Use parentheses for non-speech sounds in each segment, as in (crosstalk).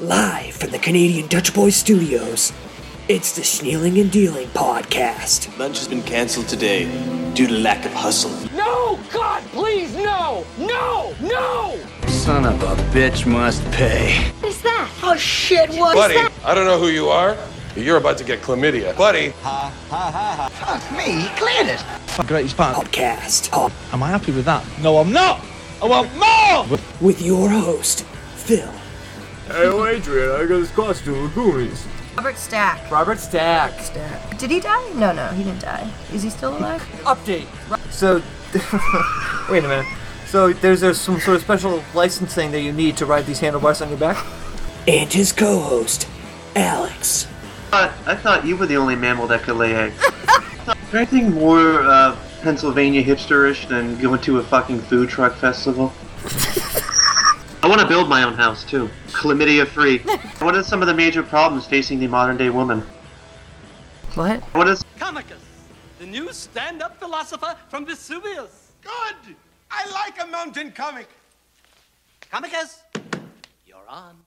Live from the Canadian Dutch Boys Studios, it's the Schneeling and Dealing Podcast. Lunch has been canceled today due to lack of hustle. No! God, please, no! No! No! Son of a bitch must pay. What is that? Oh shit, What is Buddy, that? I don't know who you are. but You're about to get chlamydia. Buddy, greatest part. Podcast. Pop Am I happy with that? No, I'm not. I want more. with your host, Phil. oh, Robert Stack. Robert Stack. Stack. Did he die? No, no, he didn't die. Is he still alive? (laughs) Update. So, (laughs) wait a minute. So there's, there's some sort of special licensing that you need to ride these handlebars on your back. And his co host, Alex. I thought, I thought you were the only mammal that could lay eggs. Is there anything more uh, Pennsylvania hipsterish than going to a fucking food truck festival? I want to build my own house too, chlamydia free. What are some of the major problems facing the modern day woman? What? What is Comicus, the new stand up philosopher from Vesuvius. Good! I like a mountain comic. Comicus, you're on.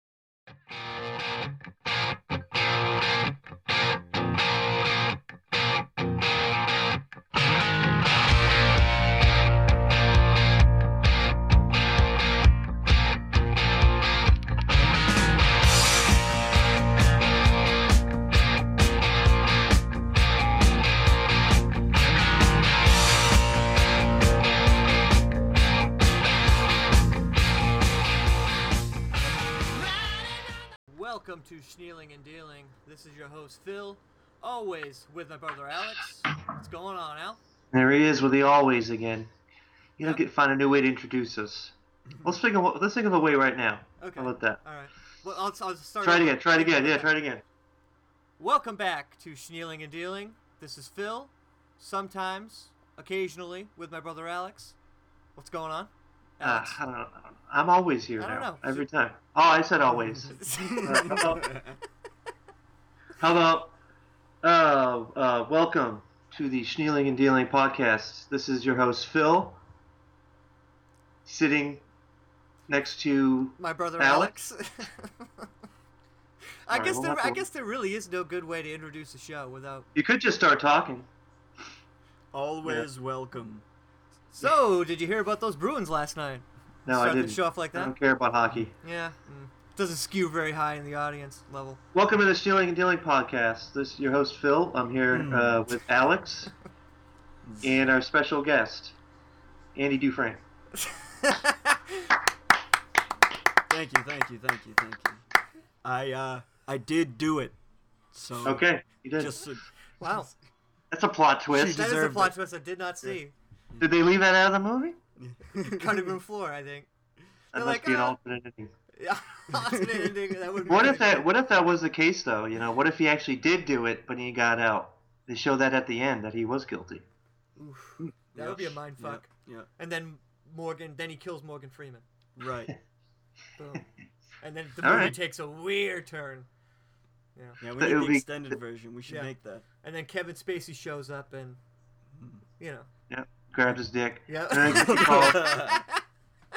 Welcome to Schneeling and Dealing. This is your host Phil, always with my brother Alex. What's going on, Al? there? He is with the always again. You don't get find a new way to introduce us. Let's think of let's think of a way right now. Okay. How about that? All right. Well, I'll, I'll start. Try it over. again. Try it again. Yeah, try it again. Welcome back to Schneeling and Dealing. This is Phil. Sometimes, occasionally, with my brother Alex. What's going on? (laughs) Uh, Alex. I don't know. I'm always here I now. don't know. Every time. Oh, I (laughs) said always. How about, how about uh, uh, welcome to the Schneeling and Dealing podcast. This is your host Phil, sitting next to my brother Alex? Alex. (laughs) I Alright, guess we'll there, have to- I guess there really is no good way to introduce the show without. You could just start talking. Always welcome. So, did you hear about those Bruins last night? No, I Start the didn't. show off like I that? don't care about hockey. Yeah, mm. doesn't skew very high in the audience level. Welcome to the Stealing and Dealing podcast. This is your host Phil. I'm here Hmm. uh, with Alex and our special guest, Andy Dufresne. Thank you, thank you, thank you, thank you. I uh I did do it. So Okay, you did. just so- (laughs) Wow, That's a plot twist. that is a deserved plot it. twist I did not see. Did they leave that out of the movie? Cutting room floor, I think. (laughs) They're That like, must be an "Ah." alternate ending. Yeah, alternate ending, that would be What if great. that? What if that was the case though? You know, what if he actually did do it, but he got out? They show that at the end that he was guilty. That would be a mind yeah, fuck. yeah, And then Morgan, then he kills Morgan Freeman. right. (laughs) Boom. and then the All movie right. takes a weird turn. Yeah, we That need would the be- extended version. We should Yeah. make that. Hmm. And then Kevin Spacey shows up and, you know, Yeah, grabbed his dick. Yeah. Then it, (laughs) could be called,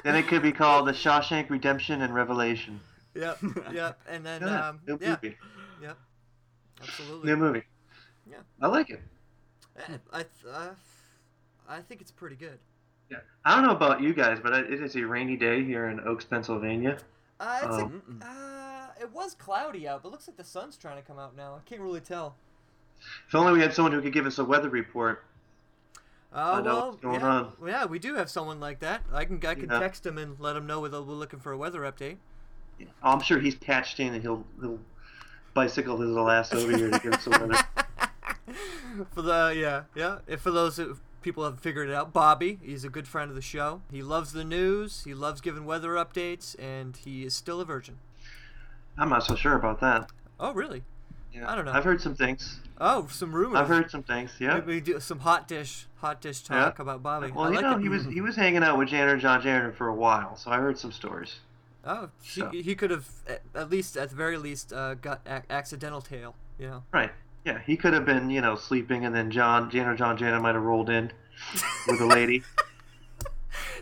then it could be called the Shawshank Redemption and Revelation. yep, (laughs) yep, and then Yeah, um, new yeah, movie. yep, absolutely. New movie. Yeah. I like it. Eh, I, th- uh, I think it's pretty good. Yeah. I don't know about you guys, but it is a rainy day here in Oaks, Pennsylvania. Uh, it's Oh. a, uh, it was cloudy out, but looks like the sun's trying to come out now. I can't really tell. If only we had someone who could give us a weather report. Uh, I know well, what's going yeah, on. yeah, we do have someone like that. I can I can Yeah. text him and let him know that we're looking for a weather update. I'm sure he's patched in and he'll he'll bicycle his ass over here to give us (laughs) a weather. For the yeah yeah, if for those who, people who haven't figured it out, Bobby, he's a good friend of the show. He loves the news. He loves giving weather updates, and he is still a virgin. I'm not so sure about that. Oh really? Yeah. I don't know. I've heard some things. Oh, some rumors. I've heard some things. Yeah. Maybe we do some hot dish hot dish talk Yeah. about Bobby. Well, I you like know, it. he was he was hanging out with Janner and John Janner for a while, so I heard some stories. Oh, he, So. he could have at- at least at the very least uh, got ac accidental tail. You know. Right. Yeah, he could have been, you know, sleeping, and then John Janner John Janner might have rolled in with (laughs) a lady.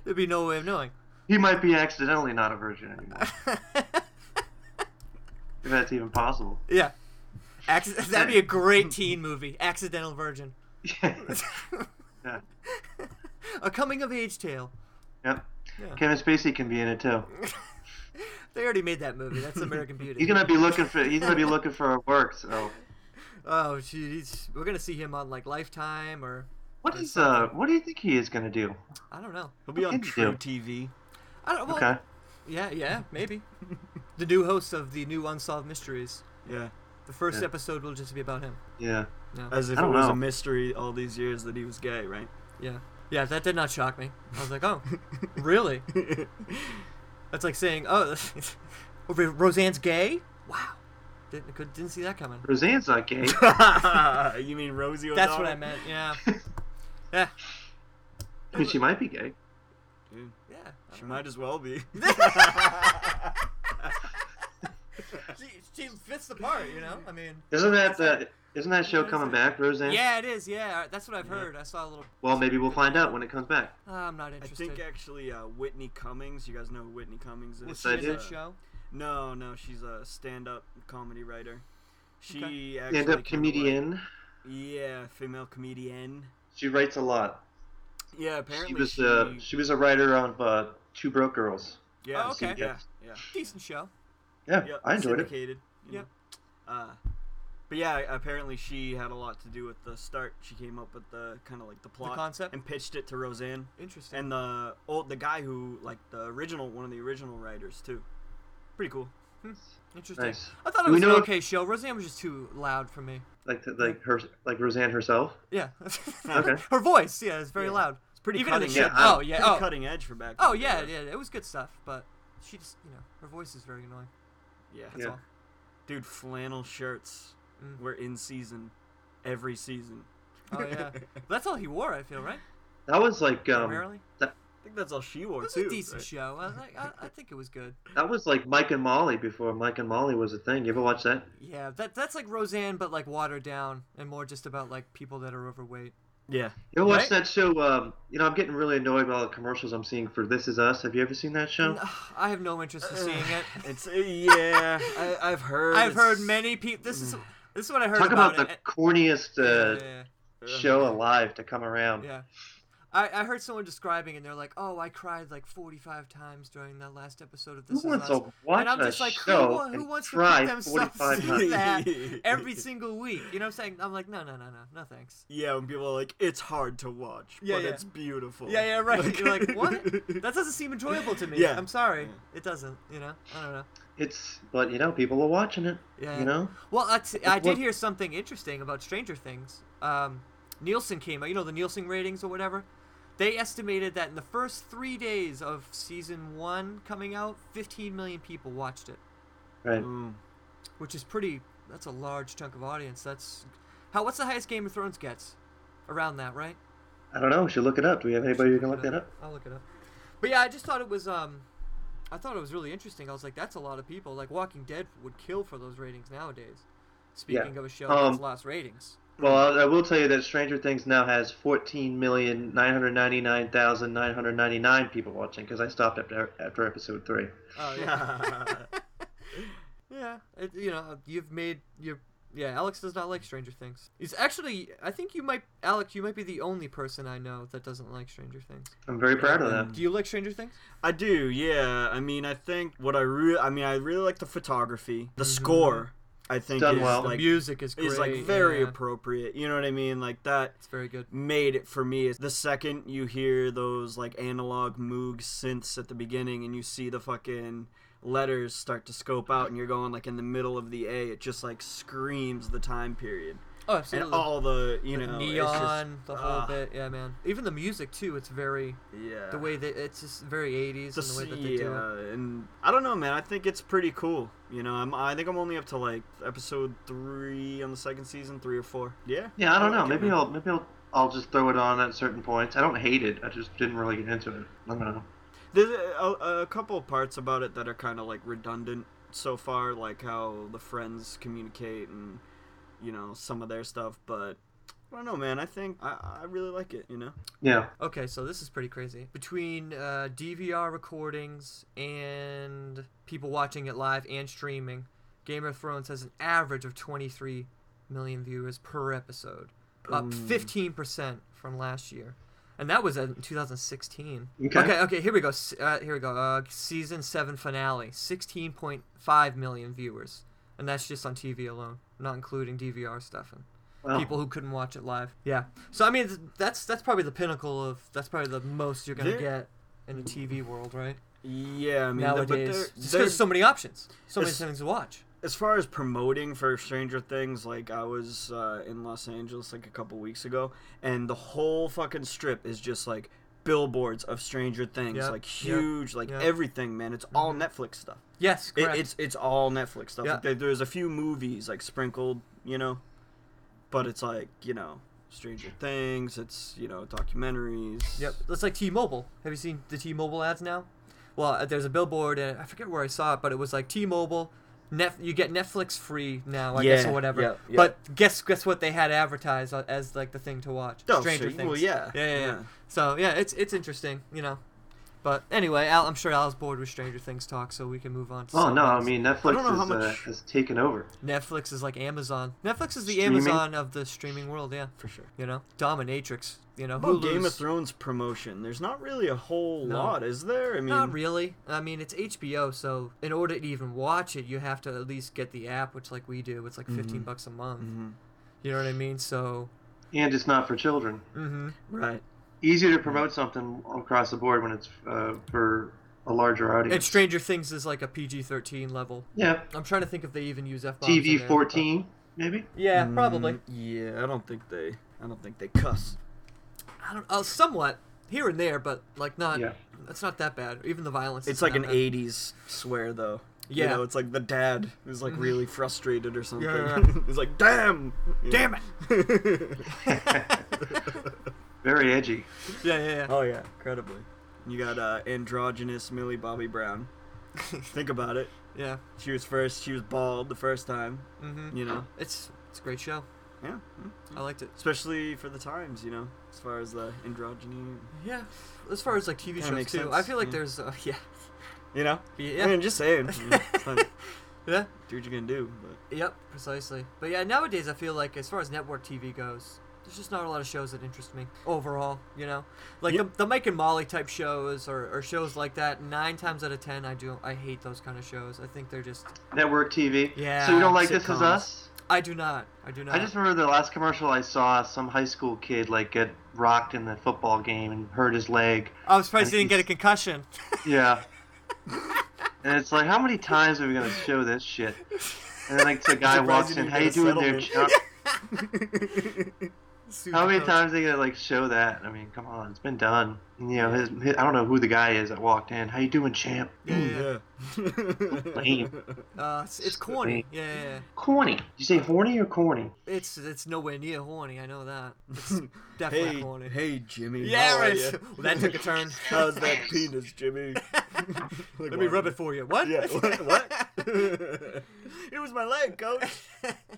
There'd be no way of knowing. (laughs) He might be accidentally not a virgin anymore. If that's even possible. (laughs) Yeah. Acc- (laughs) that'd be a great teen movie. Accidental Virgin. Yeah. a coming of age tale. Yep. Yeah. Kevin Spacey can be in it too. They already made that movie. That's American (laughs) Beauty. He's gonna be looking for he's gonna be looking for work. So Oh, jeez. We're gonna see him on like Lifetime or what is uh what do you think he is gonna do? I don't know. He'll be on What did True you TV. I don't. Well, Okay. Yeah, yeah, (laughs) maybe. the new host of the new Unsolved Mysteries. Yeah. The first Yeah. episode will just be about him. Yeah. As if I it don't was know. a mystery all these years that he was gay, right? Yeah. Yeah, that did not shock me. I was like, oh, really? That's like saying, oh, (laughs) Roseanne's gay? Wow. Didn't, could- didn't see that coming. Roseanne's not gay. you mean Rosie That's what O'Donnell? I meant, (laughs) yeah. Yeah. I mean, she might be gay. Yeah. She might as (laughs) well be. She, she fits the part, you know? I mean. Isn't that the isn't that show coming back, Roseanne? Yeah, it is, yeah. That's what I've heard. I saw a little. Well, maybe we'll find out when it comes back. Ah, I'm not I interested. think actually uh, Whitney Cummings. You guys know who Whitney Cummings is? Yes, She I did do. that show. No, no, she's a stand-up comedy writer. Stand She actually up came to work- comedian. Yeah, female comedian. She writes a lot. Yeah, She apparently was uh, she was a writer of uh, Two Broke Girls. yeah, Oh, okay. yeah, yeah, Decent show. Yeah, Yep, I enjoyed it. syndicated, you know. Yep. Uh, but yeah, apparently she had a lot to do with the start. She came up with the kind of like the plot concept? and pitched it to Roseanne Interesting. and the old the guy who like the original one of the original writers too. Pretty cool. Interesting. Nice. I thought it Do we was an know if- okay show. Roseanne was just too loud for me. Like like her like Roseanne herself. Yeah. Okay. (laughs) Her voice, yeah, it's very Yeah. loud. It's pretty Even in the cutting show. edge. Oh Pretty yeah. Oh. cutting edge for back. oh then, yeah, yeah. It was good stuff, but she just, you know, her voice is very annoying. yeah, That's Yeah. all. Dude, flannel shirts Mm. were in season every season. Oh (laughs) yeah. But that's all he wore. I feel right. That was like um, Primarily. I think that's all she wore It was too. a decent right? show. I, was like, I, (laughs) I think it was good. that was like Mike and Molly before Mike and Molly was a thing. You ever watch that? Yeah. That that's like Roseanne, but like watered down and more just about like people that are overweight. (sighs) Yeah. You ever watch Right? that show? Um, you know, I'm getting really annoyed by all the commercials I'm seeing for This Is Us. Have you ever seen that show? I have no interest in seeing (laughs) it. It's uh, yeah. I, I've heard. I've heard it's- many people. This is this is what I heard Mm. Talk about, the it. corniest Yeah, uh, yeah, show alive to come around. yeah. I, I heard someone describing it and they're like, "Oh, I cried like 45 times during that last episode of this." Who Is wants Us." to watch and I'm a just like, show who, wa- who and wants to cry put themselves 45 through that (laughs) every single week? You know what I'm saying? I'm like, no, no, no, no, no, thanks. Yeah, when people are like, it's hard to watch, Yeah, but yeah. it's beautiful. Yeah, yeah, right. You're (laughs) like, what? That doesn't seem enjoyable to me. Yeah. I'm sorry, Yeah. it doesn't. You know, I don't know. It's but you know people are watching it. Yeah. You know. Well, that's, I did what- hear something interesting about Stranger Things. Um, Nielsen came out, you know, the Nielsen ratings or whatever. They estimated that in the first three days of season one coming out, 15 million people watched it, Right. Mm. which is pretty. That's a large chunk of audience. That's how. What's the highest Game of Thrones gets? Around that, right? I don't know. We should look it up. Do we have anybody who can look that up? I'll look it up. But yeah, I just thought it was. Um, I thought it was really interesting. I was like, that's a lot of people. Like Walking Dead would kill for those ratings nowadays. Speaking of a show that's Um, lost ratings. Well, I I will tell you that Stranger Things now has 14,999,999 people watching because I stopped after, after episode three. Oh yeah. (laughs) yeah, it, you know, you've made your yeah. Alex does not like Stranger Things. He's actually, I think you might, Alex, you might be the only person I know that doesn't like Stranger Things. I'm very proud of Hmm. that. Do you like Stranger Things? I do. Yeah. I mean, I think what I really, I mean, I really like the photography, Mm-hmm. the score. I think Done is well. The like Music is great. is like very yeah. appropriate. You know what I mean? Like that It's very good. made it for me. The second you hear those like analog Moog synths at the beginning and you see the fucking letters start to scope out and you're going like in the middle of the A, it just like screams the time period. Oh, absolutely. And all the you know it's just- Neon, the whole ah, bit, yeah, man. Even the music too. It's very Yeah. the way that it's just very 80s The and the way s- that they do it. yeah, and I don't know, man. I think it's pretty cool. You know, I'm, I think I'm only up to like episode three on the second season, three or four. Yeah. Yeah, I don't know. Maybe I'll maybe I'll, I'll just throw it on at certain points. I don't hate it. I just didn't really get into it. I don't know. There's a, a couple parts about it that are kind of like redundant so far, like how the friends communicate and you know some of their stuff. But I don't know, man. I think I, I really like it. You know, Yeah. Okay, so this is pretty crazy. Between uh, DVR recordings and people watching it live and streaming, Game of Thrones has an average of 23 million viewers per episode, up Boom. 15% from last year. And that was in 2016. Okay. okay, okay, here we go. S- Uh, here we go. Uh, season 7 finale, 16.5 million viewers. And that's just on TV alone, not including DVR stuff and Wow. people who couldn't watch it live. Yeah. So I mean th- that's that's probably the pinnacle of that's probably the most you're going to There- get in the TV world, right? Yeah, I mean, th- Nowadays, but there- just 'cause there's there's so many options, so many It's- things to watch. as far as promoting for Stranger Things, like I was uh, in Los Angeles like a couple weeks ago, and the whole fucking strip is just like billboards of Stranger Things, Yep, like yep, huge, like yep. everything, man. It's all Netflix stuff. Yes, It, correct. it's it's all Netflix stuff. Yeah. Like, there- there's a few movies like sprinkled, you know, but it's like you know Stranger Things. It's you know documentaries. Yep, that's like T-Mobile. Have you seen the T-Mobile ads now? Well, uh, there's a billboard, and I forget where I saw it, but it was like T-Mobile. Net, you get Netflix free now, I guess, Yeah, or whatever. yeah, yeah. But guess guess what they had advertised a- as like the thing to watch? Oh, Stranger so- Things. well, yeah, yeah, yeah, yeah. yeah. So yeah, it's it's interesting, you know. But anyway, Al, I'm sure Al's bored with Stranger Things talk, so we can move on. to Oh something no, I else. mean I don't know Netflix how is, uh, much- has taken over. Netflix is like Amazon. Netflix is the Streaming? Amazon of the streaming world, yeah, for sure. You know, dominatrix. You know, How about Game of Hulu's- Thrones promotion. There's not really a whole No. lot, is there? I mean, Not really. I mean, it's HBO, so in order to even watch it, you have to at least get the app, which like we do, it's like Mm-hmm. 15 bucks a month. You know what I mean? So, And it's not for children. right. Easier to promote something across the board when it's uh, for a larger audience. and Stranger Things is like a PG-13 level. yeah, I'm trying to think if they even use F bombs. TV 14 maybe. Yeah, probably. Mm, yeah, I don't think they. I don't think they cuss. I don't. Uh, somewhat here and there, but like not. Yeah. It's not that bad. Even the violence. It's isn't like that an bad. '80s swear, though. Yeah. You know, it's like the dad (laughs) who's like really frustrated or something. yeah. (laughs) He's like, "Damn, Damn (laughs) it! it!" (laughs) (laughs) Very edgy. Yeah, yeah, yeah. oh yeah, incredibly. You got uh, androgynous Millie (laughs) Bobby Brown. Think about it. yeah. She was first. She was bald the first time. Mm-hmm. You know. It's it's a great show. Yeah. I liked it. Especially for the times, you know, as far as the androgyny. Yeah. As far as like TV Kinda shows makes too, I sense, Mm. feel like yeah. there's uh, (laughs) yeah You know. Yeah. I mean, just saying. you know, (laughs) it's like, yeah do what you can do, but. Yep, precisely. But yeah, nowadays I feel like as far as network TV goes, there's just not a lot of shows that interest me overall. You know, like Yeah. the, the Mike and Molly type shows or, or shows like that. Nine times out of ten, I do I hate those kind of shows. I think they're just Network TV. Yeah, So you don't like This Is sitcoms. Us? I do not I do not. I just remember the last commercial I saw. Some high school kid like get rocked in the football game and hurt his leg. I was surprised he didn't get a (laughs) concussion. Yeah. and it's like, how many times are we gonna show this shit? And then like (laughs) the guy walks you in, didn't how get you a doing there, Chuck? settlement." (laughs) How many times they gonna like show that? I mean, come on, it's been done. And, you know, his, his I don't know who the guy is that walked in. How you doing, champ? Yeah. (laughs) Lame. Uh, it's, it's corny. Yeah, yeah, yeah. Corny. Did you say horny or corny? It's it's nowhere near horny. I know that. It's definitely (laughs) hey, horny. hey, Jimmy. yeah, how are right. (laughs) ya? Well, that took a turn. (laughs) How's that penis, (laughs) Jimmy? Let me rub it for you. What? (laughs) Yeah. What? (laughs) what? it was my leg, coach.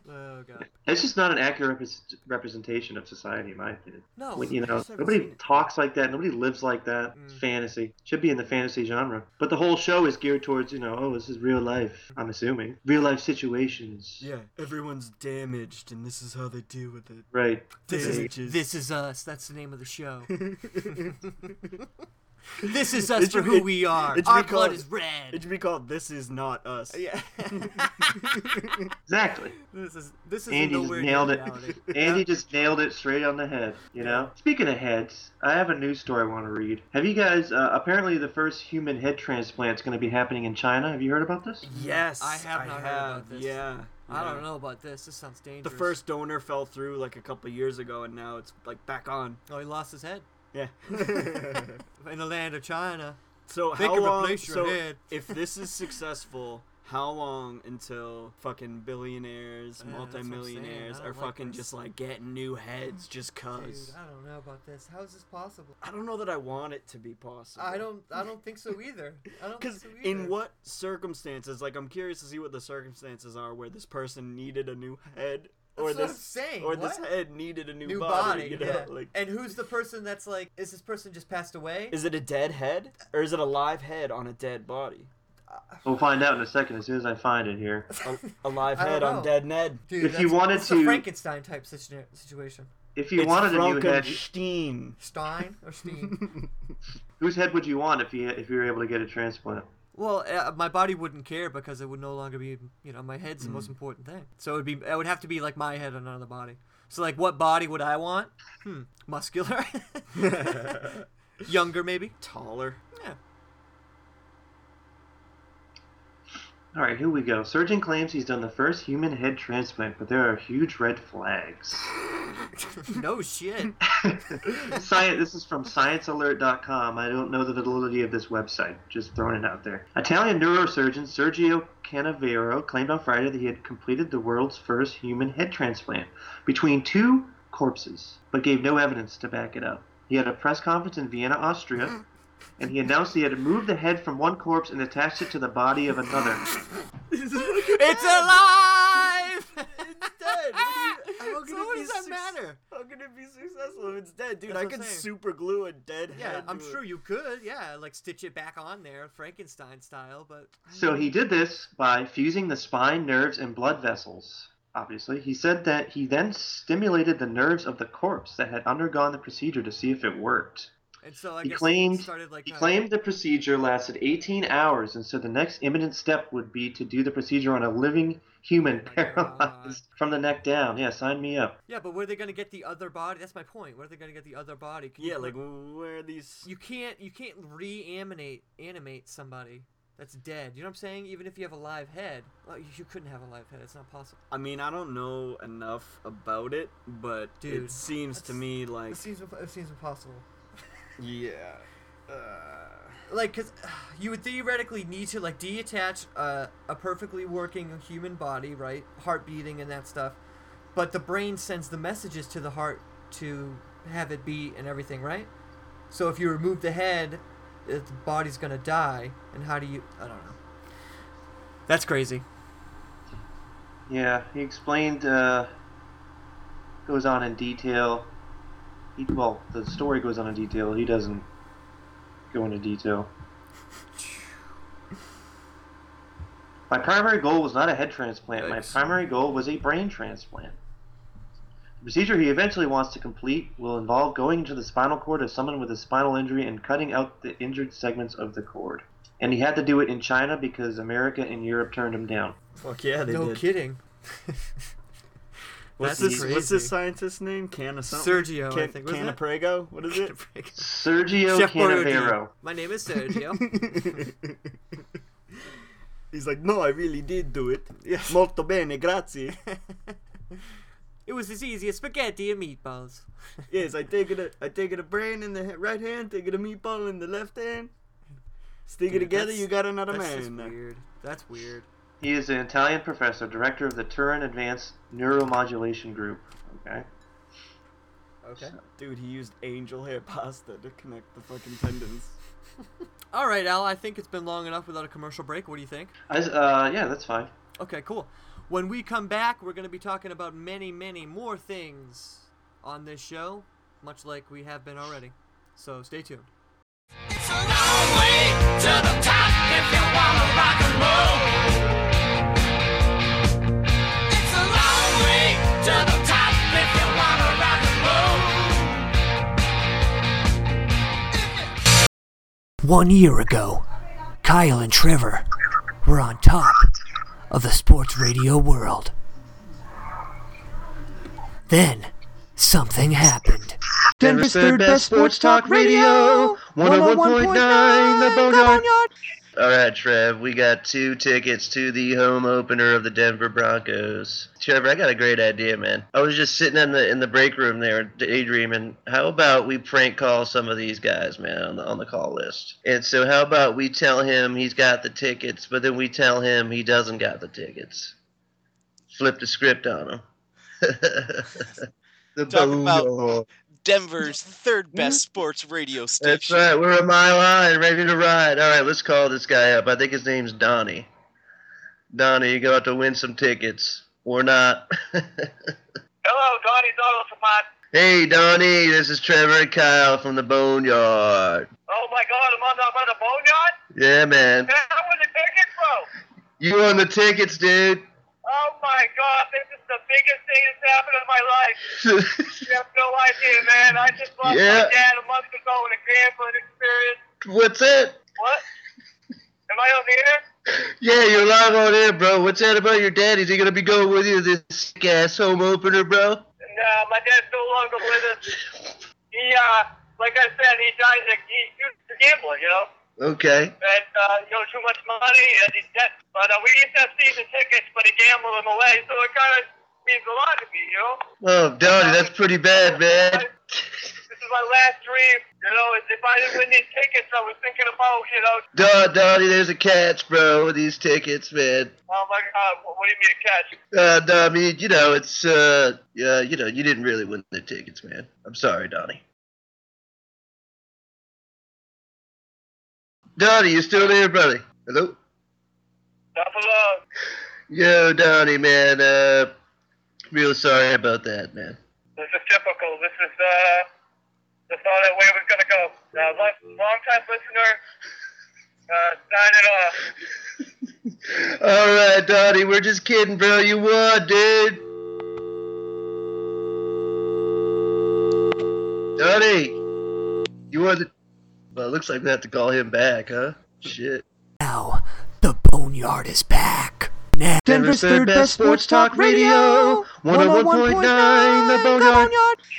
oh god. It's just not an accurate repres representation of society, in my opinion. No, When, you I know, just haven't seen nobody it. Mm. talks like that. Nobody lives like that. It's fantasy should be in the fantasy genre, but the whole show is geared towards you know, oh, this is real life. I'm assuming real life situations. Yeah, everyone's damaged, and this is how they deal with it. Right. This Bitches. is, this is us. That's the name of the (laughs) show. this is us It for should who be- we are. it should Our be blood called- is red. It should be called "This Is Not Us." yeah. Exactly. this is this is Andy just nowhere near nailed it. reality. (laughs) Andy just nailed it straight on the head. You know. Speaking of heads, I have a news story I want to read. Have you guys? Uh, apparently, the first human head transplant is going to be happening in China. Have you heard about this? Yes, I have not heard about have, this. Yeah, I yeah. don't know about this. This sounds The dangerous. first donor fell through like a couple years ago, and now it's like back on. Oh, he lost his head (laughs) Yeah. in the land of China. so They how can long? replace your so head. (laughs) if this is successful, how long until fucking billionaires, Yeah, that's what I'm saying. multimillionaires I are don't like fucking this. just like getting new heads just Dude, cause? I don't know about this. How is this possible? I don't know that I want it to be possible. I don't. I don't think so either. I don't. think Because so either. in what circumstances? Like, I'm curious to see what the circumstances are where this person needed a new head, or That's what I'm this, saying, or this what? head needed a new, new body. body? you know? yeah. Like, and who's the person that's like? Is this person just passed away? is it a dead head, or is it a live head on a dead body? We'll find out in a second as soon as I find it here. A (laughs) live I don't head on know. dead Ned. Dude, If you that's- wanted it's to- a Frankenstein type situ- situation. If you wanted a new head, Frankenstein. Stein or Steen? whose head would you want if you if you were able to get a transplant? well, uh, my body wouldn't care because it would no longer be, you know, my head's the most important thing. So it would be, it would have to be like my head on another body. So like, what body would I want? Hmm, muscular, (laughs) younger maybe. Taller. Yeah. All right, here we go. Surgeon claims he's done the first human head transplant, but there are huge red flags. (laughs) No (laughs) shit. Science. This is from ScienceAlert.com. I don't know the validity of this website. Just throwing it out there. Italian neurosurgeon Sergio Canavero claimed on Friday that he had completed the world's first human head transplant between two corpses, but gave no evidence to back it up. He had a press conference in Vienna, Austria, and he announced he had moved the head from one corpse and attached it to the body of another. (laughs) it's alive. it's (laughs) dead. How can so it what be does that suc- matter? How can it be successful if it's dead, dude? That's I what I'm could saying. super glue a dead Yeah, head. I'm to a- sure you could. Yeah, like stitch it back on there, Frankenstein style. But So he did this by fusing the spine, nerves, and blood vessels. Obviously, he said that he then stimulated the nerves of the corpse that had undergone the procedure to see if it worked. and so I He guess it claimed started like he uh, claimed the procedure lasted 18 hours, and so the next imminent step would be to do the procedure on a living human Oh my (laughs) paralyzed from the neck down. Yeah, sign me up. Yeah, but where are they gonna get the other body? That's my point. Where are they gonna get the other body? Can you Yeah, put- like where are these? you can't you can't reanimate animate somebody that's dead. You know what I'm saying? Even if you have a live head, well, you, you couldn't have a live head. It's not possible. I mean, I don't know enough about it, but Dude, it seems to that's- me like seems it seems impossible. yeah. Like, cause (sighs) uh, you would theoretically need to like detach uh, a perfectly working human body, right? Heart beating and that stuff, but the brain sends the messages to the heart to have it beat and everything, right? So if you remove the head, uh, the body's gonna die. And how do you? I don't know. That's crazy. Yeah, he explained. Uh, goes on in detail. He, well, the story goes on in detail. He doesn't go into detail. My primary goal was not a head transplant. My Yikes. primary goal was a brain transplant. The procedure he eventually wants to complete will involve going into the spinal cord of someone with a spinal injury and cutting out the injured segments of the cord. And he had to do it in China because America and Europe turned him down. Fuck yeah, they no did. kidding. What's That's this? What's this crazy. scientist's name? Canna something. Sergio, I Can, think, wasn't it? Canaprego? What is it? Sergio Canavero. My name is Sergio. (laughs) He's like, no, I really did do it. Yes. Molto bene, grazie. it was as easy as spaghetti and meatballs. yes, I take it. I take it a brain in the he- right hand, take it a meatball in the left hand. Stick it Dude, together, that's- you got another That's just man. weird. That's weird. He is an Italian professor, director of the Turin Advanced Neuromodulation Group. Okay. Okay. Dude, he used angel hair pasta to connect the fucking tendons. All right, Al. I think it's been long enough without a commercial break. What do you think? I s uh, yeah, that's fine. Okay, cool. When we come back, we're going to be talking about many, many more things on this show, much like we have been already. So stay tuned. One year ago, Kyle and Trevor were on top of the sports radio world. Then, something happened. Denver's third best sports talk radio, 101.9 The Boneyard. All right, Trev, we got two tickets to the home opener of the Denver Broncos. Trevor, I got a great idea, man. I was just sitting in the in the break room there, daydreaming. How about we prank call some of these guys, man, on the on the call list? And so, how about we tell him he's got the tickets, but then we tell him he doesn't got the tickets. Flip the script on him. (laughs) the Talk about- Boneyard. Denver's third best sports radio That's station. right. We're a mile high and ready to ride. All right, let's call this guy up. I think his name's Donnie. Donnie, you're going to have to win some tickets. Or not. (laughs) Hello, Donnie Donald from my. hey, Donnie, this is Trevor and Kyle from the Boneyard. Oh my God, I'm on the, I'm on the boneyard. Yeah, man. I win the ticket? You won the tickets, dude. (laughs) Oh my God, this is the biggest thing that's happened in my life. you have no idea, man. I just lost Yeah. my dad a month ago in a gambling experience. What's it? What? Am I on the air? Yeah, you're live on air, bro. What's that about your dad? Is he gonna be going with you to this sick ass home opener, bro? No, my dad's no longer with us. He, uh, like I said, he died. He used to gamble, you know, Okay. and uh, you know too much money, and he's dead. But uh, we used to have season tickets, but he gambled them away, so it kind of means a lot to me, you know. Oh, Donnie, that's pretty bad, man. This is my last dream, you know. is If I didn't win these tickets, I was thinking about, you know, Don, Donnie, there's a catch, bro, with these tickets, man. oh my God, what, what do you mean a catch? Uh, no, I mean, you know, it's, uh, uh, you know, you didn't really win the tickets, man. I'm sorry, Donnie. Donnie, you still there, buddy? Hello? Buffalo. Yo, Donnie, man, uh, real sorry about that, man. This is typical. This is uh, that's all that way it was gonna go. Uh, long, long time listener, uh, signing off. All right, Donnie, we're just kidding, bro. You won, dude. Donnie, you won. The... Well, it looks like we have to call him back, huh? Shit. Now, the boneyard is back. Now, Denver's third best sports talk radio, 101.9 The Boneyard.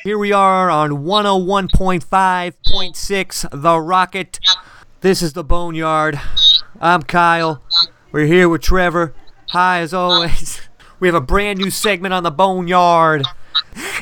Here we are on 101.5.6 The Rocket. This is the Boneyard. I'm Kyle. We're here with Trevor. Hi, as always. (laughs) We have a brand new segment on the Boneyard.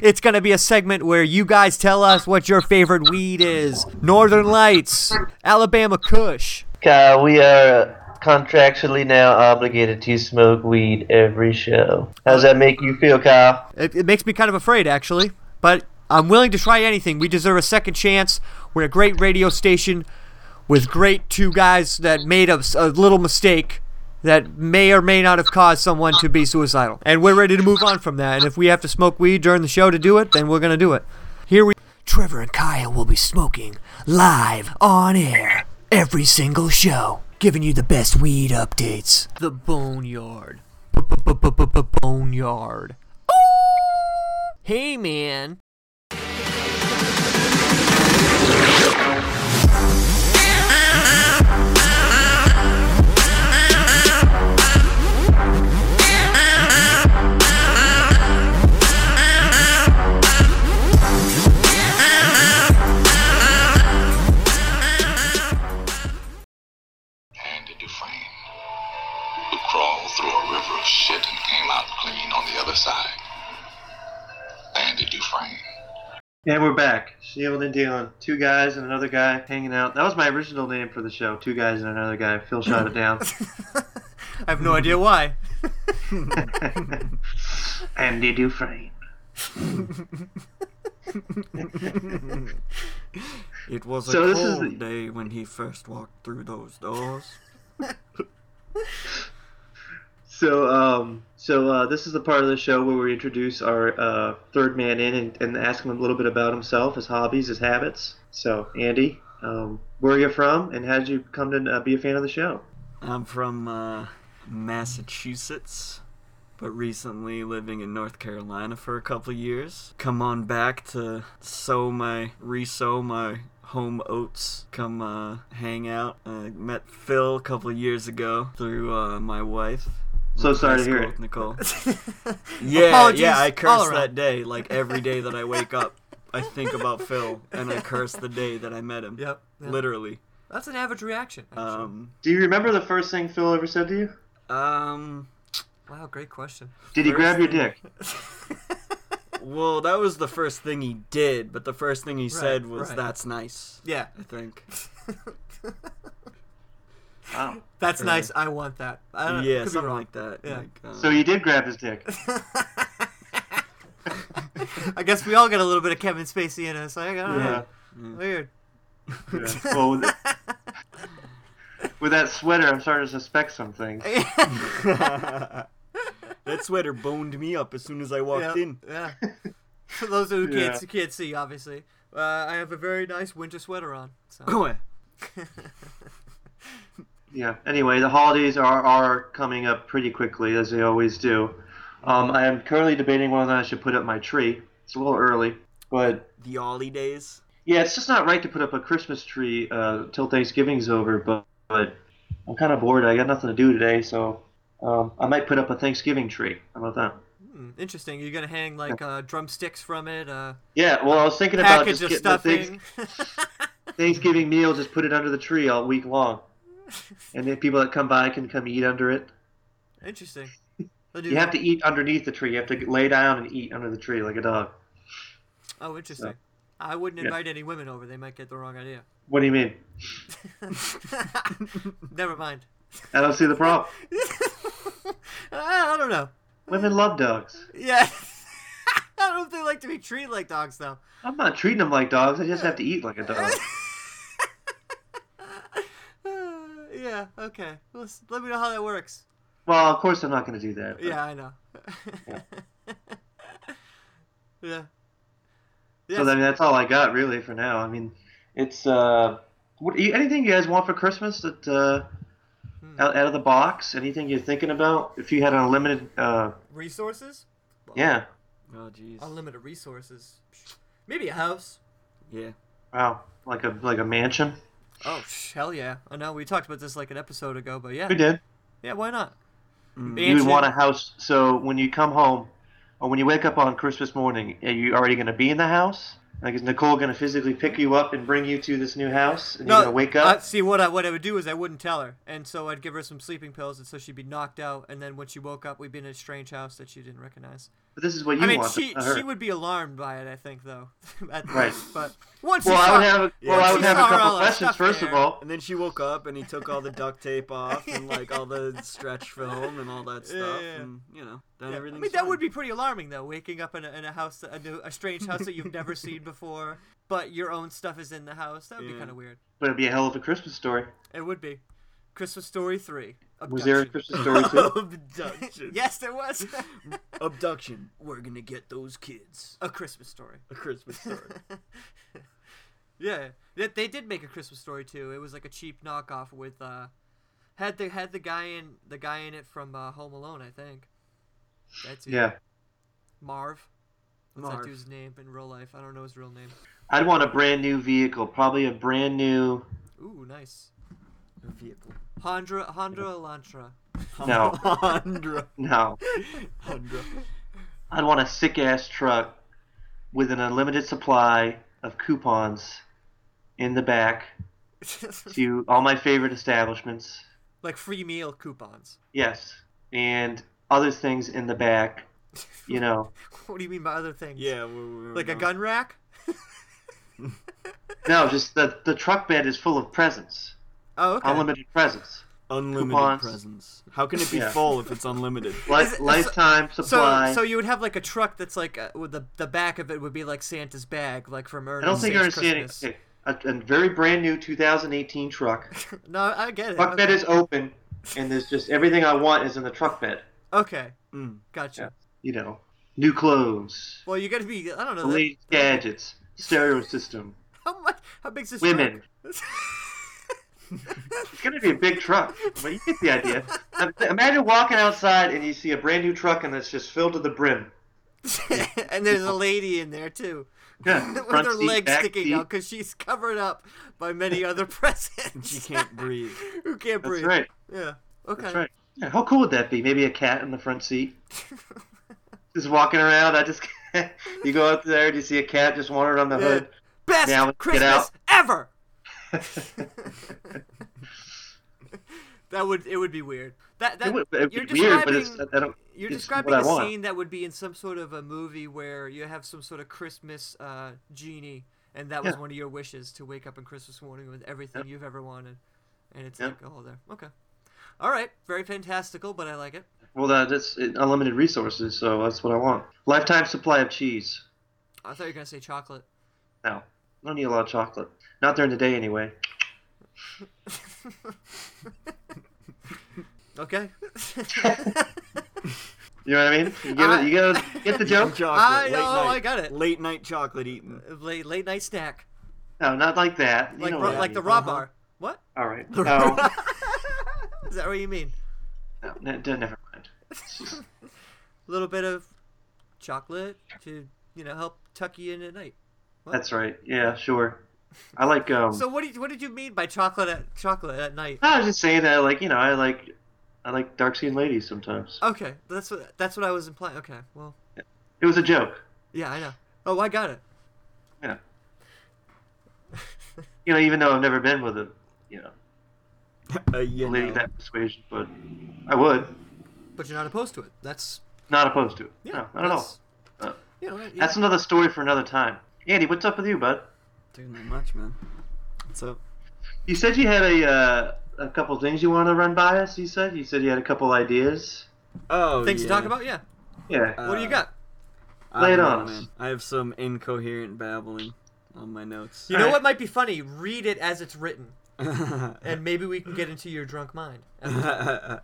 It's going to be a segment where you guys tell us what your favorite weed is Northern Lights, Alabama Kush. Kyle, we are uh, contractually now obligated to smoke weed every show. How does that make you feel, Kyle? It, it makes me kind of afraid, actually. But I'm willing to try anything. We deserve a second chance. We're a great radio station with great two guys that made a, a little mistake that may or may not have caused someone to be suicidal. And we're ready to move on from that. And if we have to smoke weed during the show to do it, then we're going to do it. Here we. Trevor and Kyle will be smoking live on air every single show, giving you the best weed updates. The Boneyard. Boneyard. Hey, man. who crawled through a river of shit and came out clean on the other side. Andy Dufresne. And we're back. Shield and Dion. Two guys and another guy hanging out. That was my original name for the show. Two guys and another guy. Phil shot it (laughs) down. I have no idea why. Andy Dufresne. It was a So this is cold day when he first walked through those doors. So, um, so uh, this is the part of the show where we introduce our uh, third man in and, and ask him a little bit about himself, his hobbies, his habits. So, Andy, um, where are you from, and how did you come to uh, be a fan of the show? I'm from uh, Massachusetts, but recently living in North Carolina for a couple years. Come on back to sow my re-sow my home oats. Come uh, hang out. I met Phil a couple years ago through uh, my wife. So High sorry to hear school it. with Nicole. (laughs) yeah, Apologies yeah. I all curse around. that day. Like every day that I wake up, I think about Phil, and I curse the day that I met him. Yep. yep. Literally. That's an average reaction. Um. Do you remember the first thing Phil ever said to you? Um. Wow, great question. Did he grab your (laughs) dick? Well, that was the first thing he did, but the first thing he said was right. "That's nice." Yeah. (laughs) I think. wow. That's nice. I want that. I don't, yeah, could be something wrong. like that. Yeah. like, uh, So you did grab his (laughs) dick. I guess we all got a little bit of Kevin Spacey in us. Like, I don't Uh, know. Weird. Yeah. (laughs) Well, with, with that sweater, I'm starting to suspect something. that sweater boned me up as soon as I walked yeah, in. (laughs) Yeah. (laughs) For those who Yeah. can't, who can't see, obviously, uh, I have a very nice winter sweater on. So. Oh, yeah. Yeah. Anyway, the holidays are, are coming up pretty quickly, as they always do. Um, I am currently debating whether or not I should put up my tree. It's a little early, but the holidays. Yeah, it's just not right to put up a Christmas tree uh, till Thanksgiving's over. But, but I'm kind of bored. I got nothing to do today, so um, I might put up a Thanksgiving tree. How about that? Hmm, interesting. You're gonna hang like uh, drumsticks from it. Uh, Yeah. Well, I was thinking about package just of getting stuffing. the (laughs) Thanks- Thanksgiving meal. Just put it under the tree all week long, and then people that come by can come eat under it. interesting. They'll do You have that. to eat underneath the tree. You have to lay down and eat under the tree like a dog. Oh, interesting. Yeah. I wouldn't Yeah. invite any women over. They might get the wrong idea. (laughs) What do you mean? Never mind. I don't see the problem. I don't know. Women love dogs. Yeah. (laughs) I don't know if they like to be treated like dogs, though. (sighs) I'm not treating them like dogs. I just have to eat like a dog. Yeah, okay. Let's, let me know how that works. Well, of course I'm not going to do that. but- Yeah, I know. (laughs) yeah. So I mean, that's all I got really for now. I mean, it's uh, what, you- anything you guys want for Christmas that uh, out, out of the box? Anything you're thinking about? If you had an unlimited, uh, Resources? yeah, Oh, jeez. Unlimited resources. Maybe a house. Yeah. wow, like a like a mansion. Oh, sh- hell yeah. I know. We talked about this like an episode ago, but yeah. We did. Yeah, why not? Mm. You would Mansion. want a house. So when you come home, or when you wake up on Christmas morning, are you already going to be in the house? Like is Nicole going to physically pick you up and bring you to this new house, and you're going to wake up? I, see, what I, what I would do is I wouldn't tell her. And so I'd give her some sleeping pills, and so she'd be knocked out. And then when she woke up, we'd be in a strange house that she didn't recognize. But this is what I you mean, want, she, not her. she would be alarmed by it, I think, though. (laughs) at Right. first, But once Well, she I saw, would have a- well, once I she would have a saw couple all our questions, stuff first of there- all. And then she woke up and he took all the duct tape (laughs) off and like all the stretch film and all that Yeah, stuff. yeah, yeah. And you know, then Yeah, I everything's mean, that would be (laughs) pretty alarming, though. Waking up in a, in a house, a, new, a strange house that you've never seen before, but your own stuff is in the house. That would be Yeah. kind of weird. But it'd be a hell of a Christmas story. It would be. Christmas Story three. Was there a Abduction. Christmas story too? (laughs) Abduction. (laughs) yes, there was. (laughs) Abduction. We're gonna get those kids. a Christmas Story. A Christmas (laughs) story. Yeah, they, they did make a Christmas Story too. It was like a cheap knockoff with uh, had the had the guy in the guy in it from uh, Home Alone, I think. That's it. Yeah. Marv. What's Marv. that dude's name in real life? I don't know his real name. I'd want a brand new vehicle, probably a brand new. Ooh, nice. Vehicle. Honda Honda Elantra. No. Hundra. No, Hundra. I'd want a sick ass truck with an unlimited supply of coupons in the back to all my favorite establishments. (laughs) like free meal coupons. (laughs) Yes, and other things in the back. You know, What do you mean by other things? Yeah. we- we- we Like a know. gun rack? no, just the the truck bed is full of presents, Oh, okay. unlimited presents, Unlimited coupons. presents. How can it be Yeah. full if (laughs) it's unlimited? Li- it- lifetime supply. So, so you would have like a truck that's like uh, with the the back of it would be like Santa's bag, like from Ernest. I don't think you're Saves understanding. Christmas. Okay. A, a very brand new 2018 truck. No, I get it. Truck bed okay. is open, and there's just everything I want is in the truck bed. Okay, Mm. gotcha. You know, new clothes, Well, you got to be. I don't know. the That, latest gadgets, stereo system, how much? How big's this? women. truck? (laughs) (laughs) It's gonna be a big truck, but you get the idea. Im- Imagine walking outside and you see a brand new truck and it's just filled to the brim. (laughs) and there's a lady in there too, Yeah, with front her seat, legs back sticking seat. out because she's covered up by many other (laughs) presents. She can't breathe. (laughs) Who can't That's breathe? right. Yeah. Okay. That's right. Yeah, how cool would that be? Maybe a cat in the (laughs) front seat, just walking around. I just (laughs) you go out there and you see a cat just wandering on the Yeah. hood. Best Now let's get Christmas out. (laughs) ever. (laughs) that would it would be weird. That that It would, it'd you're be weird, but describing- it's, I don't, You're it's describing what I a want. scene that would be in some sort of a movie where you have some sort of Christmas uh, genie, and that was Yeah. one of your wishes to wake up on Christmas morning with everything you've ever wanted, and it's Yep. like all there. Okay, all right, very fantastical, but I like it. Well, that, that's unlimited resources, so that's what I want. Lifetime supply of cheese. I thought you were gonna say chocolate. No, I don't need a lot of chocolate. Not during the day, anyway. Okay. (laughs) You know what I mean? You get, it, you get, get the joke? Chocolate. I late know, night. I got it. Late night chocolate eating. late late night snack, No, not like that. You Uh-huh. like know ro- what I like the mean. raw bar. What? All right. No. Is that what you mean? No, ne- ne- never mind. A little bit of chocolate to you know help tuck you in at night. What? That's right. Yeah, sure. I like. Um, So what did what did you mean by chocolate at chocolate at night? I was just saying that, like you know, I like, I like dark skinned ladies sometimes. Okay, that's what that's what I was implying. Okay, well, It was a joke. yeah, I know. Oh, I got it. (laughs) Yeah. you know, even though I've never been with a, you know, uh, you lady know. that persuasion, but I would. But you're not opposed to it. That's Not opposed to it. no, not at all. that's- Uh, You know, yeah. That's another story for another time. Andy, what's up with you, bud? Dude, not much, man. What's up? You said you had a uh, a couple things you want to run by us. You said you said you had a couple ideas. Oh, things to yeah. talk about. Yeah. Yeah. what do you got? I Lay it don't on know, us. man. I have some incoherent babbling on my notes. (laughs) You know what might be funny? Read it as it's written, and maybe we can get into your drunk mind. uh,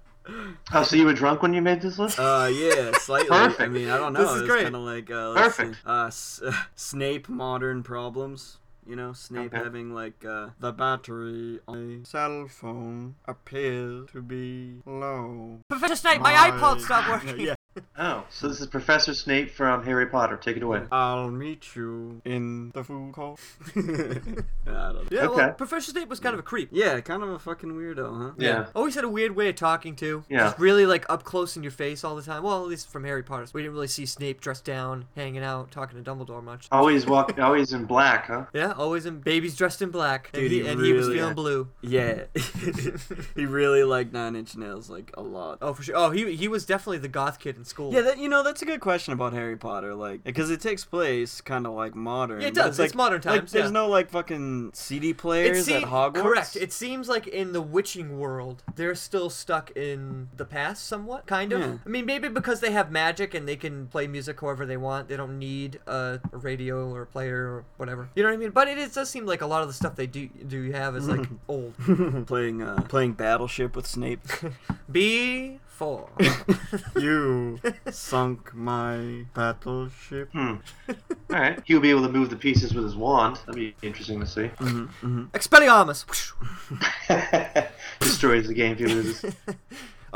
Oh, so you were drunk when you made this list? Uh, (laughs) yeah, slightly. I Perfect. mean, I don't know. This is it's great. Kind of like uh, let's see. Perfect. Uh, S- (laughs) Snape modern problems. You know, Snape Okay. having like uh, the battery on a cell phone appeared to be low. Professor Snape, my My- iPod stopped working. Yeah. oh, so this is Professor Snape from Harry Potter. Take it away. I'll meet you in the food court. (laughs) I don't know. Yeah, well, Okay. Professor Snape was kind of a creep. Yeah, kind of a fucking weirdo, huh? Yeah. Always had a weird way of talking to. Yeah. Just really like up close in your face all the time. Well, at least from Harry Potter. We didn't really see Snape dressed down, hanging out, talking to Dumbledore much. Always walk. always in black, huh? Yeah, always in babies dressed in black. and Dude, he, he and he was really- feeling blue. Yeah. (laughs) he really liked Nine Inch Nails like a lot. Oh, for sure. Oh, he he was definitely the goth kid in school. Yeah, that you know that's a good question about Harry Potter, like because it takes place kind of like modern. Yeah, it but does. It's like- modern like, times, there's yeah. no like fucking CD It players seem- at Hogwarts. Correct. It seems like in the witching world, they're still stuck in the past somewhat, kind of. Yeah. I mean, maybe because they have magic and they can play music however they want. They don't need a a radio or a player or whatever. You know what I mean? But it, is- does seem like a lot of the stuff they do do have is (laughs) like old. (laughs) playing uh, (laughs) playing Battleship with Snape. B (laughs) four. you sunk my battleship. Hmm. All right. He'll be able to move the pieces with his wand. That'd be interesting (laughs) to see. Expelliarmus. Destroys the game if (laughs) he loses.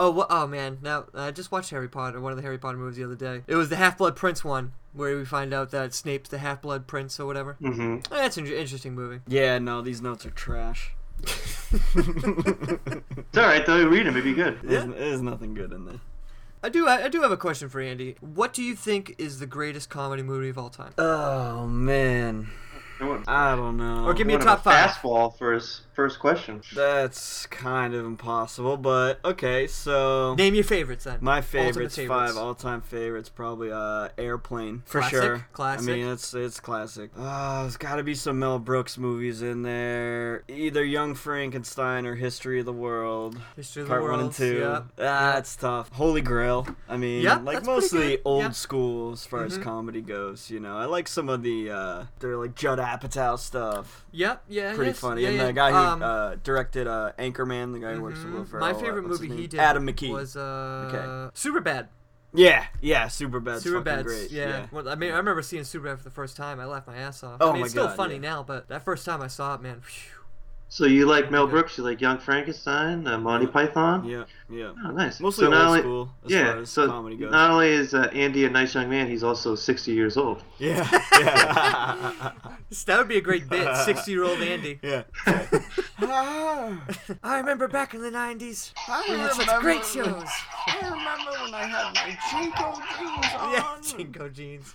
Oh, wha- oh man! Now I just watched Harry Potter, one of the Harry Potter movies the other day. It was the Half Blood Prince one, where we find out that Snape's the Half Blood Prince or whatever. Mhm. Eh, That's an interesting movie. Yeah, no, these notes (laughs) are trash. It's all right though. Read him. It'd be good. There's, there's nothing good in there. I do, I, I do have a question for Andy. What do you think is the greatest comedy movie of all time? Oh man, I want- I don't know. Or give me a I want top five. Fastball for his first question. That's kind of impossible, but okay. So Name your favorites then. My Ultimate favorites, five all-time favorites, probably uh, Airplane for Classic, sure. classic. I mean, it's it's classic. Uh, there's got to be some Mel Brooks movies in there, either Young Frankenstein or History of the World. History of the Part one and World, two. yeah. That's tough. Holy Grail. I mean, Yeah, like that's pretty mostly good, old yeah. Mm-hmm. school as far as comedy goes. You know, I like some of the uh, they're like Judd Apatow stuff. Yep, yeah, Pretty yes, funny. yeah, and yeah. the guy who Um, uh, directed uh, Anchorman, the guy who works for Will mhm. Ferrell. my uh, favorite what's movie his name? he did Adam McKee was uh, Superbad. yeah, yeah, super bad. Super Superbad's, bad. Great. yeah. Yeah. Well, I mean, I remember seeing Superbad for the first time. I laughed my ass off. Oh I mean, my it's still God, funny yeah. now, but that first time I saw it, man. Phew. So you like Mel Brooks? You like Young Frankenstein? Uh, Monty Python? yeah, yeah. Oh, nice. Mostly not old only- school as yeah. far as so comedy goes. not only is uh, Andy a nice young man, he's also sixty years old. Yeah, (laughs) yeah, (laughs) This- That would be a great bit, 60 year old Andy. (laughs) yeah. Ah, I remember back in the 90s. I Ah, We had such remember when- great (laughs) shows. I remember when I had my Jinko jeans on. (laughs) Yeah, Jinko jeans.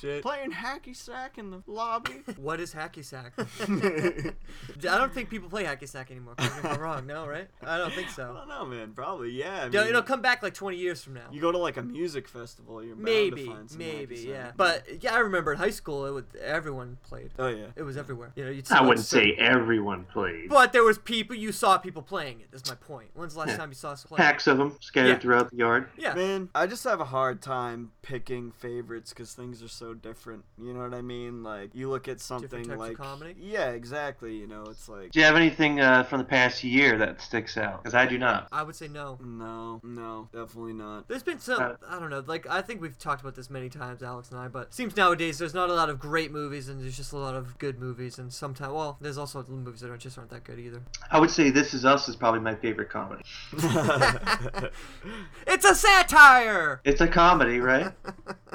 Shit. Playing hacky sack in the (laughs) (laughs) lobby. What is hacky sack? (laughs) I don't think people play hacky sack anymore. correct me if I'm wrong. No, right? I don't think I (laughs) so. don't know, man. Probably, yeah. I It'll, mean, it'll come back like 20 years from now. You go to like a music festival, you're bound to Maybe, find some hacky maybe, sack. yeah. But yeah, I remember in high school, it would everyone played. oh yeah, It was everywhere. You know, you'd see I like, wouldn't certain- say everyone plays. But there was people. You saw people playing it. That's my point. When's the last Yeah. time you saw us play? Packs of them scattered Yeah. throughout the yard. (laughs) Yeah. man. I just have a hard time picking favorites because things are so different. You know what I mean? Like you look at something types of like comedy? Yeah, exactly. You know, it's like Do you have anything uh, from the past year that sticks out? Because I do not. I would say no. no, no, definitely not. There's been some. Uh, I don't know. Like I think we've talked about this many times, Alex and I. But seems nowadays there's not a lot of great movies, and there's just a lot of good movies. And sometimes, well, there's also movies that are just aren't that good either. I would say This Is Us is probably my favorite comedy. it's a satire. It's a comedy, (laughs) right?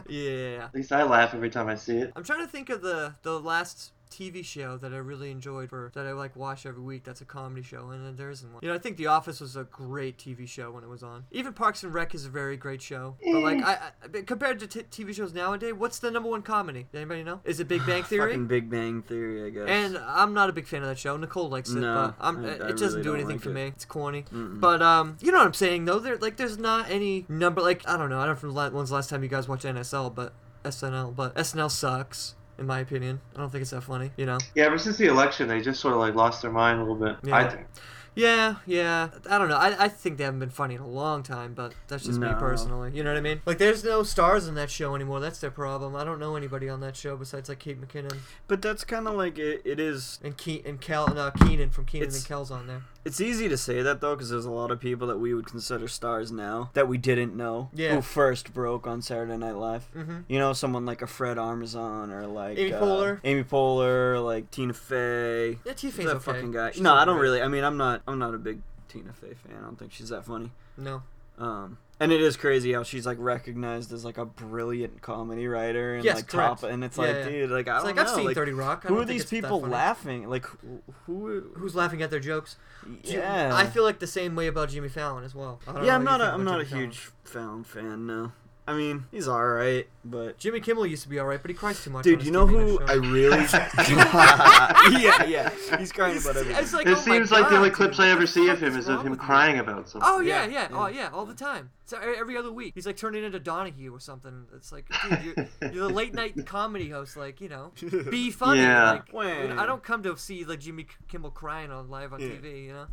yeah. At least I laugh every time I see it. I'm trying to think of the the last TV show that I really enjoyed for that I like watch every week. That's a comedy show, and then there isn't one. You know, I think The Office was a great TV show when it was on. Even Parks and Rec is a very great show. But like, I, I compared to t- TV shows nowadays, what's the number one comedy? Anybody know? Is it Big Bang Theory? Fucking Big Bang Theory, I guess. And I'm not a big fan of that show. Nicole likes it, No, but I'm, I- I it really doesn't do don't anything like for it. me. It's corny. Mm-mm. But um, you know what I'm saying though. There like there's not any number like I don't know. I don't know when's the last time you guys watched NSL, but SNL, but SNL sucks in my opinion. I don't think it's that funny. You know. Yeah, ever since the election, they just sort of like lost their mind a little bit. I Yeah. think. Yeah, yeah. I don't know. I, I think they haven't been funny in a long time, but that's just me No. personally. You know what I mean? Like, there's no stars in that show anymore. That's their problem. I don't know anybody on that show besides like Kate McKinnon But that's kind of like it, it is. and Ke- and Cal and uh, Keenan from Keenan It's- and Kel's on there. It's easy to say that though, because there's a lot of people that we would consider stars now that we didn't know. Yeah. Who first broke on Saturday Night Live? Mhm. You know, someone like a Fred Armisen or like Amy uh, Poehler. Amy Poehler, like Tina Fey. Yeah, Tina Fey's that okay. fucking guy. She's no, I don't alright. really. I mean, I'm not. I'm not a big Tina Fey fan. I don't think she's that funny. No. Um, and it is crazy how she's like recognized as like a brilliant comedy writer and Yes, like correct. top. And it's Yeah, like, yeah. dude, like I It's like, don't know. I've seen like, 30 Rock. I Who don't are think these it's that people funny. laughing? Like who? who Who's laughing at their jokes? Do you- Yeah. I feel like the same way about Jimmy Fallon as well. I don't yeah, know I'm what you not. A, think I'm about not a Jimmy Fallon. huge Fallon fan. No, I mean he's all right, but Jimmy Kimmel used to be alright, but he cries too much. on dude, his you know Stephen A. who show. I really? (laughs) (laughs) yeah, yeah, he's crying about everything. It's like, it oh my seems like the only God, clips dude, I what ever the see fuck of him is is of wrong him with you? crying about something. Oh yeah, Yeah, yeah, yeah. oh yeah, all the time. So e- every other week, he's like turning into Donahue or something. It's like, dude, (laughs) you're, you're the late night comedy host. Like, you know, be funny. Yeah. Like, Wait. I don't come to see like Jimmy Kimmel crying on live on Yeah. TV. You know.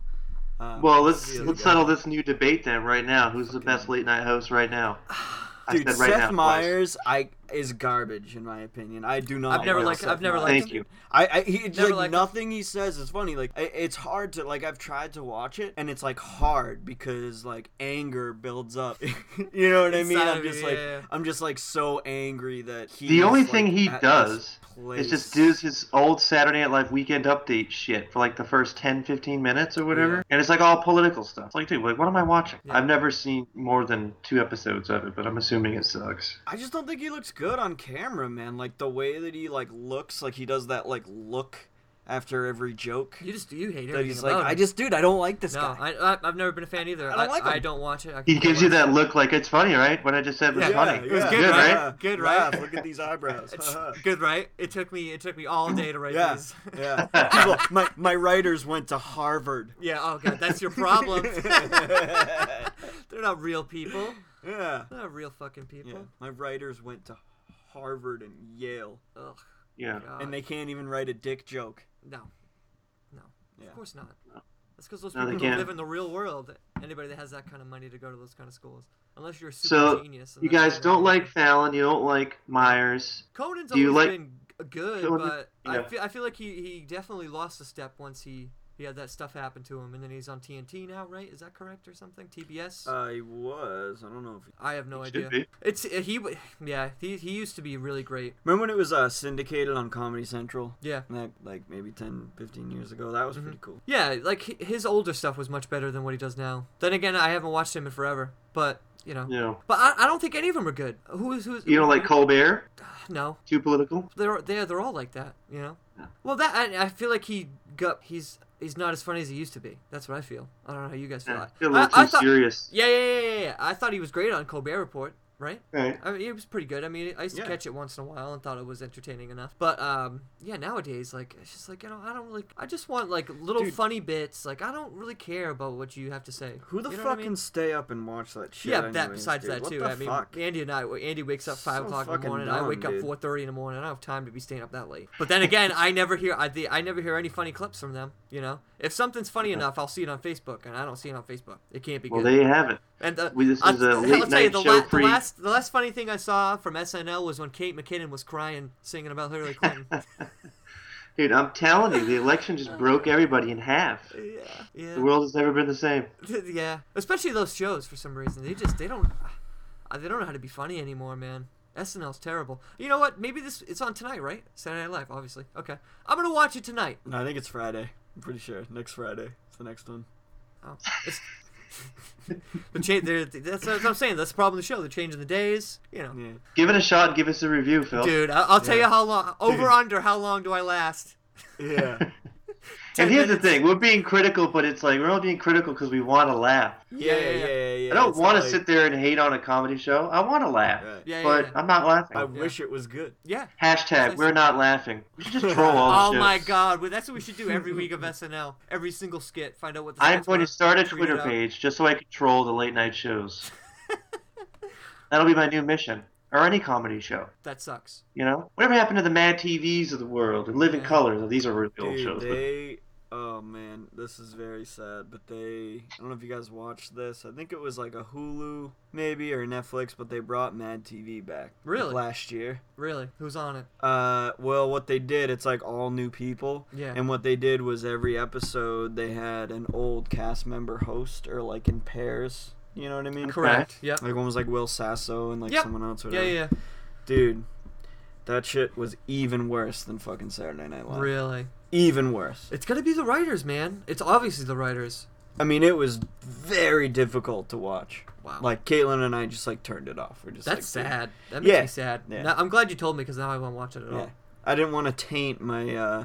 Um, Well, let's yeah, let's yeah. settle this new debate then right now. Who's the best late night host right now? Dude, I said right now. Seth twice. Meyers, I is garbage in my opinion. I do not. I've never like liked- Seth I've never Meyers. liked Thank him. you. I, I he, it's Never like liked him. nothing he says is funny. Like I, it's hard to like. I've tried to watch it, and it's like hard because like anger builds up. (laughs) you know what I mean? Inside I'm of you, just like yeah, yeah. I'm just like so angry that he. The only is, thing like, he at does this is just place. does his old Saturday Night Live weekend update shit for like the first 10, 15 minutes or whatever. And it's like all political stuff. It's like, dude, like, what am I watching? I've never seen more than two episodes of it, but I'm assuming it sucks. I just don't think he looks good on camera, man. Like the way that he like looks, like he does that like look after every joke. You just you hate That everything he's like, about I him. just, dude, I don't like this No, guy. I, I I've never been a fan either. I don't like him. I, don't watch it. I He can't gives you watch that look like it's funny, right? What I just said was (laughs) Yeah, funny. It was Yeah. good, Yeah. right? Yeah. Good, Laugh, right? Look at these (laughs) eyebrows. (laughs) Ha, it. Good, right? It took me it took me all day to write (laughs) ha. these. Uh-huh. yeah, yeah. People, my my writers went to (laughs) Harvard. yeah. Oh god, that's your (laughs) problem. (laughs) They're not real people. Yeah, They're not real fucking people. yeah. My writers went to Harvard and Yale, Ugh. Yeah. God. and they can't even write a dick joke. No, no, Yeah. of course not. That's because those No, they people don't can't. live in the real world. Anybody that has that kind of money to go to those kind of schools, unless you're a super So, genius. and you that's guys the only don't way. like Fallon, you don't like Myers. (laughs) Conan's do you always like- been g- good, Conan- but I Yeah. feel I feel like he, he definitely lost a step once he. He had that stuff happen to him, and then he's on TNT now, right? Is that correct or something? TBS? I was. I don't know if. I have no It idea. should be. It's uh, he, w- yeah. He he used to be really great. Remember when it was uh, syndicated on Comedy Central? Yeah. Like, like maybe 10, 15 years ago. That was Mm-hmm. pretty cool. Yeah, like h- his older stuff was much better than what he does now. Then again, I haven't watched him in forever, but you know. You know, But I, I don't think any of them are good. Who's who's you don't like Colbert? No, Too political? they're they they're all like that. You know. Well, that I, I feel like he got he's he's not as funny as he used to be. That's what I feel. I don't know how you guys feel. Yeah, I- feel a I, little I too thought, serious. Yeah, yeah, yeah, yeah, yeah. I thought he was great on Colbert Report, right? Right. I mean, it was pretty good. I mean, I used Yeah. to catch it once in a while and thought it was entertaining enough. But um, yeah, nowadays, like, it's just like you know, I don't really. I just want like little Dude. funny bits. Like, I don't really care about what you have to say. Who the You know fuck what I mean? can stay up and watch that shit? Yeah, that anyways, besides dude? that What too. the I mean, fuck? Andy and I, Andy wakes up five So o'clock in the fucking morning. I dumb, wake up dude. four thirty in the morning. I don't have time to be staying up that late. But then again, I never hear I the, I never hear any funny clips from them. You know, if something's funny enough, I'll see it on Facebook, and I don't see it on Facebook. It can't be Well, good. there you have it. And the, We- this is a I'll late tell you, night the, show la- the free. last the last funny thing I saw from SNL was when Kate McKinnon was crying, singing about Hillary (laughs) Clinton. Dude, I'm telling you, the election just broke everybody in half. yeah, The yeah, world has never been the same. (laughs) yeah. Especially those shows for some reason they just they don't uh, they don't know how to be funny anymore, man. SNL's terrible. You know what? Maybe this it's on tonight, right? Saturday Night Live, obviously. Okay, I'm gonna watch it tonight. No, I think it's Friday. I'm pretty sure next Friday. It's the next one. Oh, it's, (laughs) the change. That's, that's what I'm saying. That's the problem with the show. They're changing the days. You know. Yeah. Give it a shot. Give us a review, Phil. Dude, I- I'll tell you how long. Over under. How long do I last? (laughs) (laughs) Yeah. and here's the thing: we're being critical, but it's like we're only being critical because we want to laugh. Yeah, yeah, yeah. yeah, yeah. I don't It's want to not like- sit there and hate on a comedy show. I want to laugh, Right. Yeah, yeah, but yeah. I'm not laughing. I wish it was good. Yeah. Hashtag we're not laughing. We should (laughs) just troll Oh all the shit. my god, well, that's what we should do every week of SNL. Every single skit, find out what the I'm skits going were, to start a tweet it Twitter out. page just so I can troll the late (laughs) night shows. That'll be my new mission, or any comedy show. That sucks. You know, whatever happened to the Mad TVs of the world and Living Colors? These are really old Dude, shows. but- they. Oh man, this is very sad. But they. I don't know if you guys watched this. I think it was like a Hulu maybe or Netflix, but they brought Mad TV back. like, Really? Last year. Really? Who's on it? Uh, well, what they did, it's like all new people. Yeah. And what they did was every episode they had an old cast member host or like in pairs. You know what I mean? Correct, Okay. yep. Like one was like Will Sasso and like Yep. someone else. Yeah, Whatever. yeah, yeah. Dude, that shit was even worse than fucking Saturday Night Live. Really? Even worse. It's gotta be the writers, man. It's obviously the writers. I mean, it was very difficult to watch. Wow. Like Caitlin and I just like turned it off. We're just That's like, dude. sad. That makes Yeah. me sad. Yeah. Now- I'm glad you told me because now I won't watch it at Yeah. all. I didn't want to taint my uh,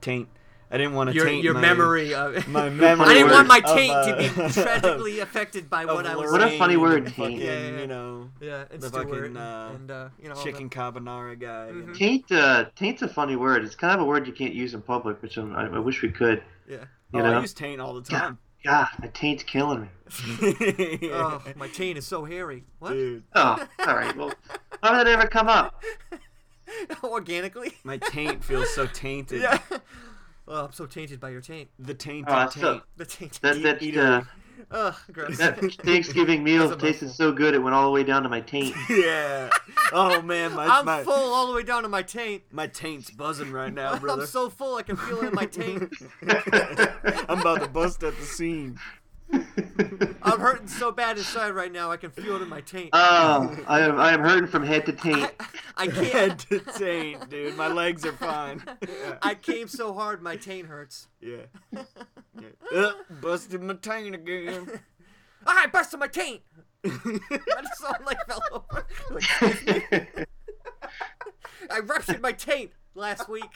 taint. I didn't want to Your, taint your my, memory of (laughs) my memory. (laughs) I didn't want my (laughs) of, taint uh, to be tragically affected by of what I was Lorraine saying. funny word, and taint. fucking, Yeah, yeah, yeah. You know. (laughs) Yeah, and the Stewart fucking and- uh, and, uh, you know, all Mm-hmm. chicken carbonara guy. you know. Taint, uh, taint's a funny word. It's kind of a word you can't use in public, which I'm, I, I wish we could. (laughs) Yeah. You oh, know? I use taint all the time. (laughs) God, my taint's killing me. (laughs) Oh, my taint is so hairy. What? Dude, Oh, all right. Well, how did it ever come up? (laughs) Organically? my taint feels so tainted. Yeah. Oh, I'm so tainted by your taint. The tainted Oh, that's taint. so, The taint. that, that, Eat- uh, Ugh, gross. (laughs) that (laughs) Thanksgiving meal That's a tasted so good it went all the way down to my taint. yeah. Oh man, my I'm my, full all the way down to my taint. my taint's (laughs) buzzing right now, brother. I'm so full I can feel it in my taint. (laughs) I'm about to bust at the seam. I'm hurting so bad inside right now I can feel it in my taint. Uh, Oh, I am, I am hurting from head to taint. (laughs) I Head can't. to taint, dude. My legs (laughs) are fine. Yeah. I came so hard my taint hurts. (laughs) yeah. Uh, busted my taint again. (laughs) I busted my taint. I just all like (laughs) fell over. Like, excuse me. (laughs) I ruptured my taint last week.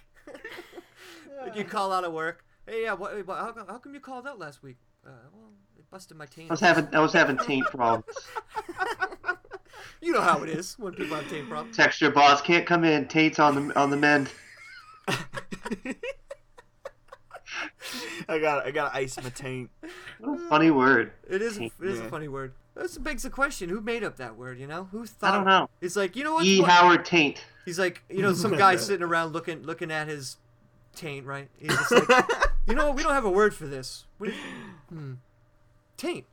like you call out of work. Hey, yeah. What, what, how, come- how come you called out last week? Uh, well, it busted my taint. I was having I was having taint problems. You know how it is when people have taint problems. Text your boss can't come in. Taint's on the on the mend. I got I got to ice my taint. (laughs) What a funny word. It is. It is Yeah. a funny word. That begs the question: Who made up that word? You know, who I thought? don't know. It's like you know what? E. fuck- Howard Taint. He's like, you know, some guy sitting around looking looking at his taint, right? He's just like, you know, what? we don't have a word for this. What do you- hmm. Taint.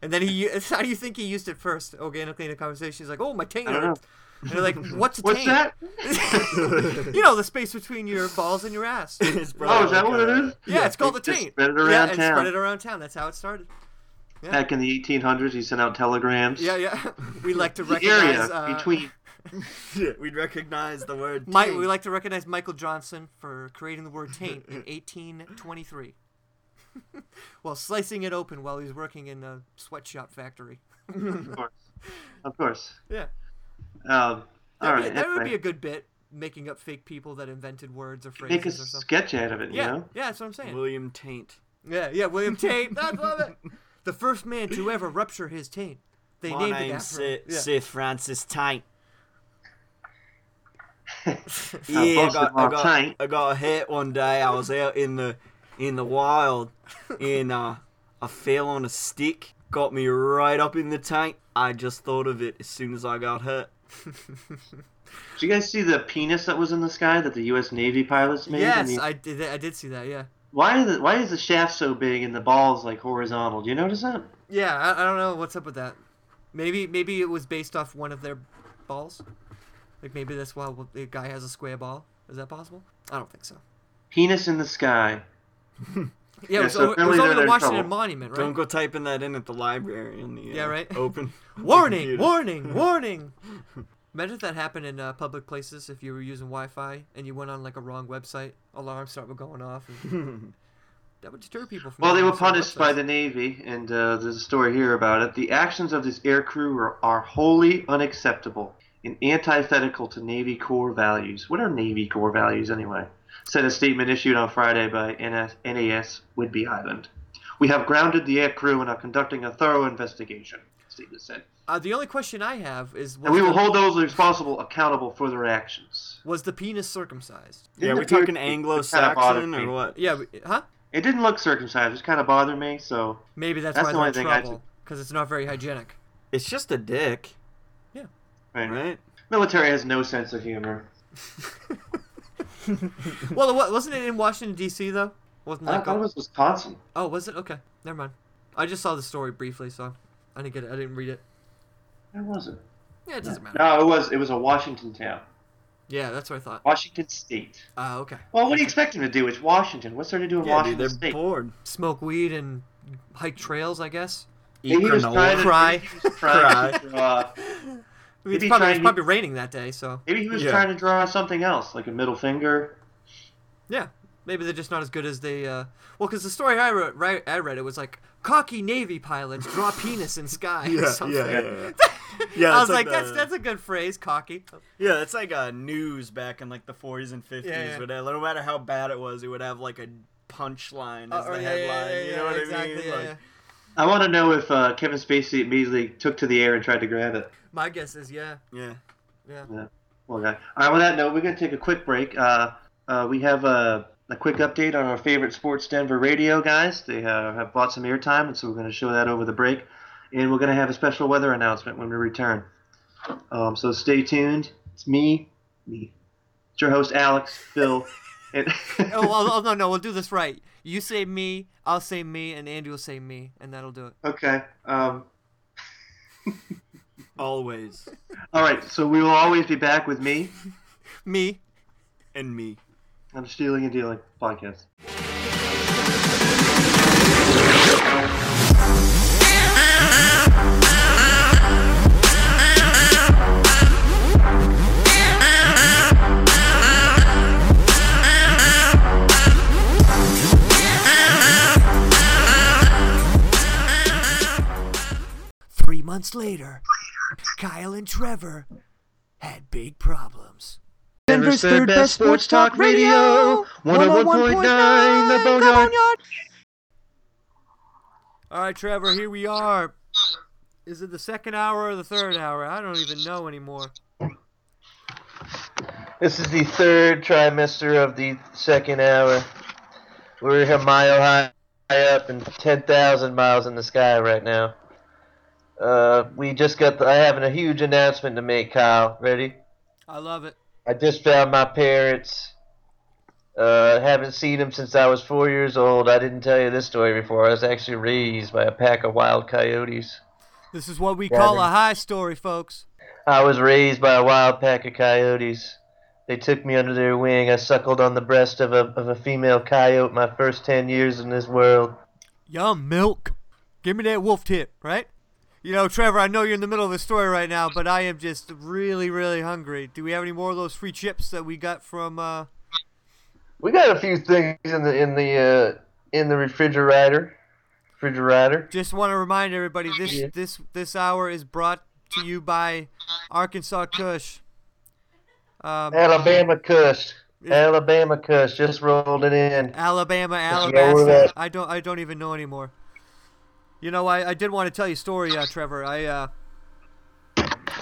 And then he, (laughs) u- how do you think he used it first? Organically in a conversation, he's like, "Oh, my taint." I don't hurt." And they're like, "What's a What's taint?" that? you know, the space between your balls and your (laughs) ass. Yeah, It's Oh, probably is that like what a- it is? it's called the Just taint. spread it yeah, around and town. spread it around town. That's how it started. Yeah. Back in the 1800s, he sent out telegrams. Yeah, yeah. (laughs) We like to The recognize area uh, between Yeah, we'd recognize the word. Mike, we taint. like to recognize Michael Johnson for creating the word taint (laughs) in (laughs) 1823 while slicing it open while he was working in a sweatshop factory. Of course. (laughs) Of course. Yeah. Um, all That'd be- right. that would be anyway. a good bit, making up fake people that invented words or phrases Make a or something. sketch out of it, yeah, you know? yeah, that's what I'm saying. William Taint. yeah, yeah, William Taint. I love it. The first man to ever rupture his taint. They My named it name's after Sir, him. Yeah. Sir Francis Taint. Uh, yeah, I busted got, my I, got, taint. I got hit one day. I was out in the in the wild, and uh, I fell on a stick. Got me right up in the taint. I just thought of it as soon as I got hurt. Did you guys see the penis that was in the sky that the U.S. Navy pilots made? I Yes, mean, I did. I did see that. Yeah, Why is it, why is the shaft so big and the balls like horizontal? Do you notice that? yeah. I, I don't know what's up with that. Maybe maybe it was based off one of their balls. Like maybe that's why the guy has a square ball. Is that possible? I don't think so. Penis in the sky. Yeah, it Yeah, was, so over, it apparently was over they're the in Washington trouble. Monument, Don't right? go typing that in at the library. In the uh, Yeah, right. (laughs) Open. warning, (laughs) computer. warning, warning. Imagine if that happened in uh, public places (laughs) if you were using Wi-Fi and you went on like a wrong website. Alarms start going off. And that would deter people from. Well, they doing were so much punished like by the Navy, and uh, there's a story here about it. The actions of this air crew are, are wholly unacceptable and antithetical to Navy core values. What are Navy core values, anyway? Said a statement issued on Friday by NS, NAS Whidbey Island. We have grounded the air crew and are conducting a thorough investigation, statement said. Uh, the only question I have is. And was we will the- hold those responsible accountable for their actions. Was the penis circumcised? Yeah, we talking Anglo-Saxon or what? Yeah, we- huh? It didn't look circumcised, which kind of bothered me, so. Maybe that's, the why only they're thing in I trouble because it's not very hygienic. It's just a dick. Yeah. Right. Military has no sense of humor. well, wa- wasn't it in Washington D.C. though? Wasn't I Uh, that? thought it was Wisconsin. Oh, was it? Okay, never mind. I just saw the story briefly, so I didn't get it. I didn't read it. It wasn't. Yeah, it doesn't matter. No, it was. It was a Washington town, Yeah, that's what I thought. Washington State. Ah, okay. Well, what do you expect them to do? It's Washington. What's there to do in Washington State? bored. Smoke weed and hike trails, I guess. Eat Maybe he was granola. trying to- cry. maybe he was trying to draw- I mean, (laughs) maybe it's he probably, it's tried- probably raining that day, so Maybe he was trying to draw something else, like a middle finger. Yeah, maybe they're just not as good as they. Uh... Well, because the story I read, right, I read, it was like cocky Navy pilots draw penis in sky (laughs) Yeah, or yeah, something. yeah, yeah, (laughs) yeah. Yeah, I was it's like like, that's the- that's a good phrase, cocky. Yeah, that's like uh, news back in like the 40s and 50s. Yeah, yeah. But uh, no matter how bad it was, it would have like a punchline as Oh, the yeah, yeah, headline. yeah, you know what exactly, I mean? yeah, like, yeah. I want to know if uh, Kevin Spacey immediately took to the air and tried to grab it. My guess is yeah. Yeah. Yeah. Yeah. Well, guy. All right. On that note, we're going to take a quick break. Uh, uh, we have a, a quick update on our favorite sports Denver radio guys. They uh, have bought some airtime, and so we're going to show that over the break. And we're going to have a special weather announcement when we return. Um, so stay tuned. It's me, me. It's your host Alex, Phil, and (laughs) oh, oh, oh, no, no, we'll do this right. You say me, I'll say me, and Andy will say me, and that'll do it. okay. Um, always. all right. So we will always be back with me. Me. And me. I'm stealing and dealing podcast. Three months later, Kyle and Trevor had big problems. Denver's third best sports talk radio, 101.9 The Boneyard. All right, Trevor, here we are. Is it the second hour or the third hour? I don't even know anymore. This is the third trimester of the second hour. We're a mile high, high up and 10,000 miles in the sky right now. Uh, we just got the, I have a huge announcement to make, Kyle. Ready? I love it. I just found my parents. Uh, haven't seen them since I was four years old. I didn't tell you this story before. I was actually raised by a pack of wild coyotes. This is what we Yeah, call man. a high story, folks. I was raised by a wild pack of coyotes. They took me under their wing. I suckled on the breast of a, of a female coyote my first 10 years in this world. Yum, milk. Give me that wolf tip, right? You know, Trevor, I know you're in the middle of a story right now, but I am just really, really hungry. Do we have any more of those free chips that we got from, uh, We got a few things in the in the uh, in the refrigerator. Refrigerator. Just want to remind everybody this this this hour is brought to you by Arkansas Kush. Um, Alabama Kush. Alabama Kush just rolled it in. Alabama, Just roll it Alabama. up. I don't I don't even know anymore. You know, I, I did want to tell you a story, uh, Trevor. I uh,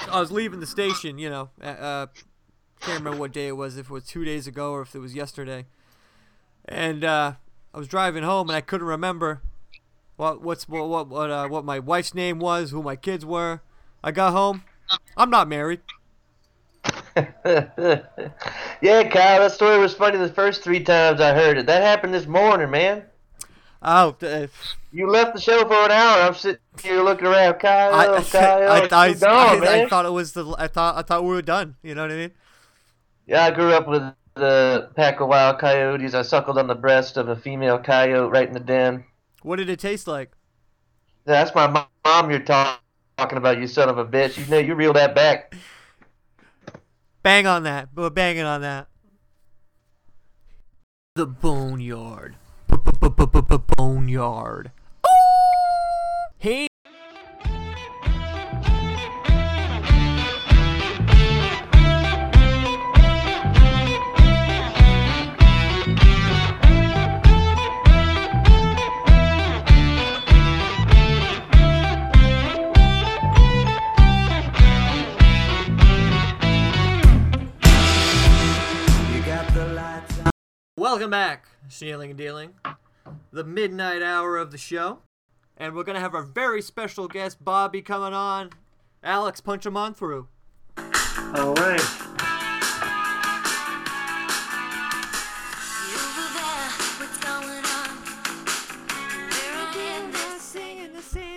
I was leaving the station, you know, uh, uh, can't remember what day it was, if it was two days ago or if it was yesterday. And uh, I was driving home and I couldn't remember what what's what what what, uh, what my wife's name was, who my kids were. I got home. I'm not married. Yeah, Kyle, that story was funny the first three times I heard it. That happened this morning, man. Oh, (laughs) you left the show for an hour. I'm sitting here looking around, Kyle. I, Kyle, I, it's I, too gone, I- I man. thought it was the I thought I thought we were done. You know what I mean? Yeah, I grew up with the pack of wild coyotes. I suckled on the breast of a female coyote right in the den. What did it taste like? That's my mo- mom you're talk- talking about, you son of a bitch. You know, you reel that back. Bang on that. We're banging on that. The Boneyard. Papa Boneyard. Oh! Hey. Welcome back, Stealing and Dealing, the midnight hour of the show. And we're going to have our very special guest, Bobby, coming on. Alex, punch him on through. All right.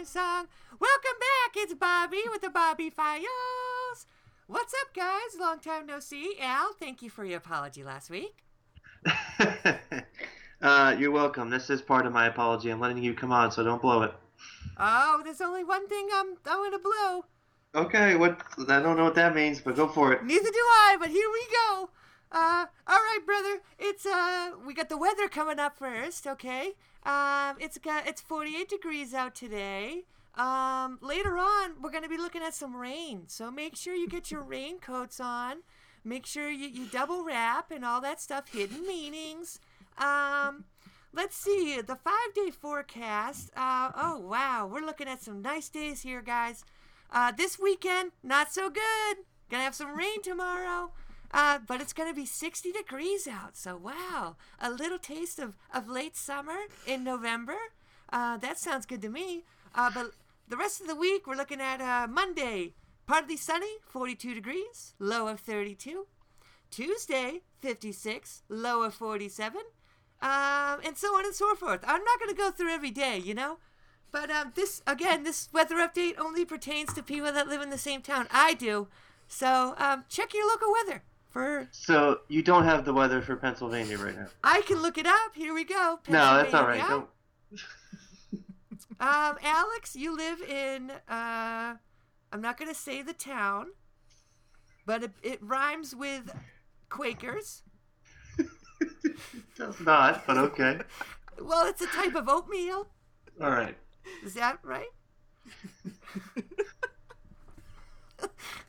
Song. Welcome back, it's Bobby with the Bobby Files. What's up, guys? Long time no see. Al, thank you for your apology last week. (laughs) uh, you're welcome. This is part of my apology. I'm letting you come on, so don't blow it. Oh, there's only one thing I'm I want to blow. Okay, what? I don't know what that means, but go for it. Neither do I, but here we go. Uh, all right, brother. It's uh, we got the weather coming up first, okay? Um, it's got it's 48 degrees out today. Um, later on, we're gonna be looking at some rain, so make sure you get your raincoats on make sure you, you double wrap and all that stuff hidden meanings um let's see the five day forecast uh oh wow we're looking at some nice days here guys uh this weekend not so good gonna have some rain tomorrow uh but it's gonna be 60 degrees out so wow a little taste of of late summer in november uh that sounds good to me uh but the rest of the week we're looking at uh monday Partly sunny, 42 degrees, low of 32. Tuesday, 56, low of 47. Um, and so on and so forth. I'm not going to go through every day, you know? But um, this, again, this weather update only pertains to people that live in the same town I do. So um, check your local weather for. So you don't have the weather for Pennsylvania right now? I can look it up. Here we go. No, that's all right. Don't... um, Alex, you live in. Uh, I'm not going to say the town, but it, it rhymes with Quakers. it does not, but okay. (laughs) well, it's a type of oatmeal. All right. Is that right?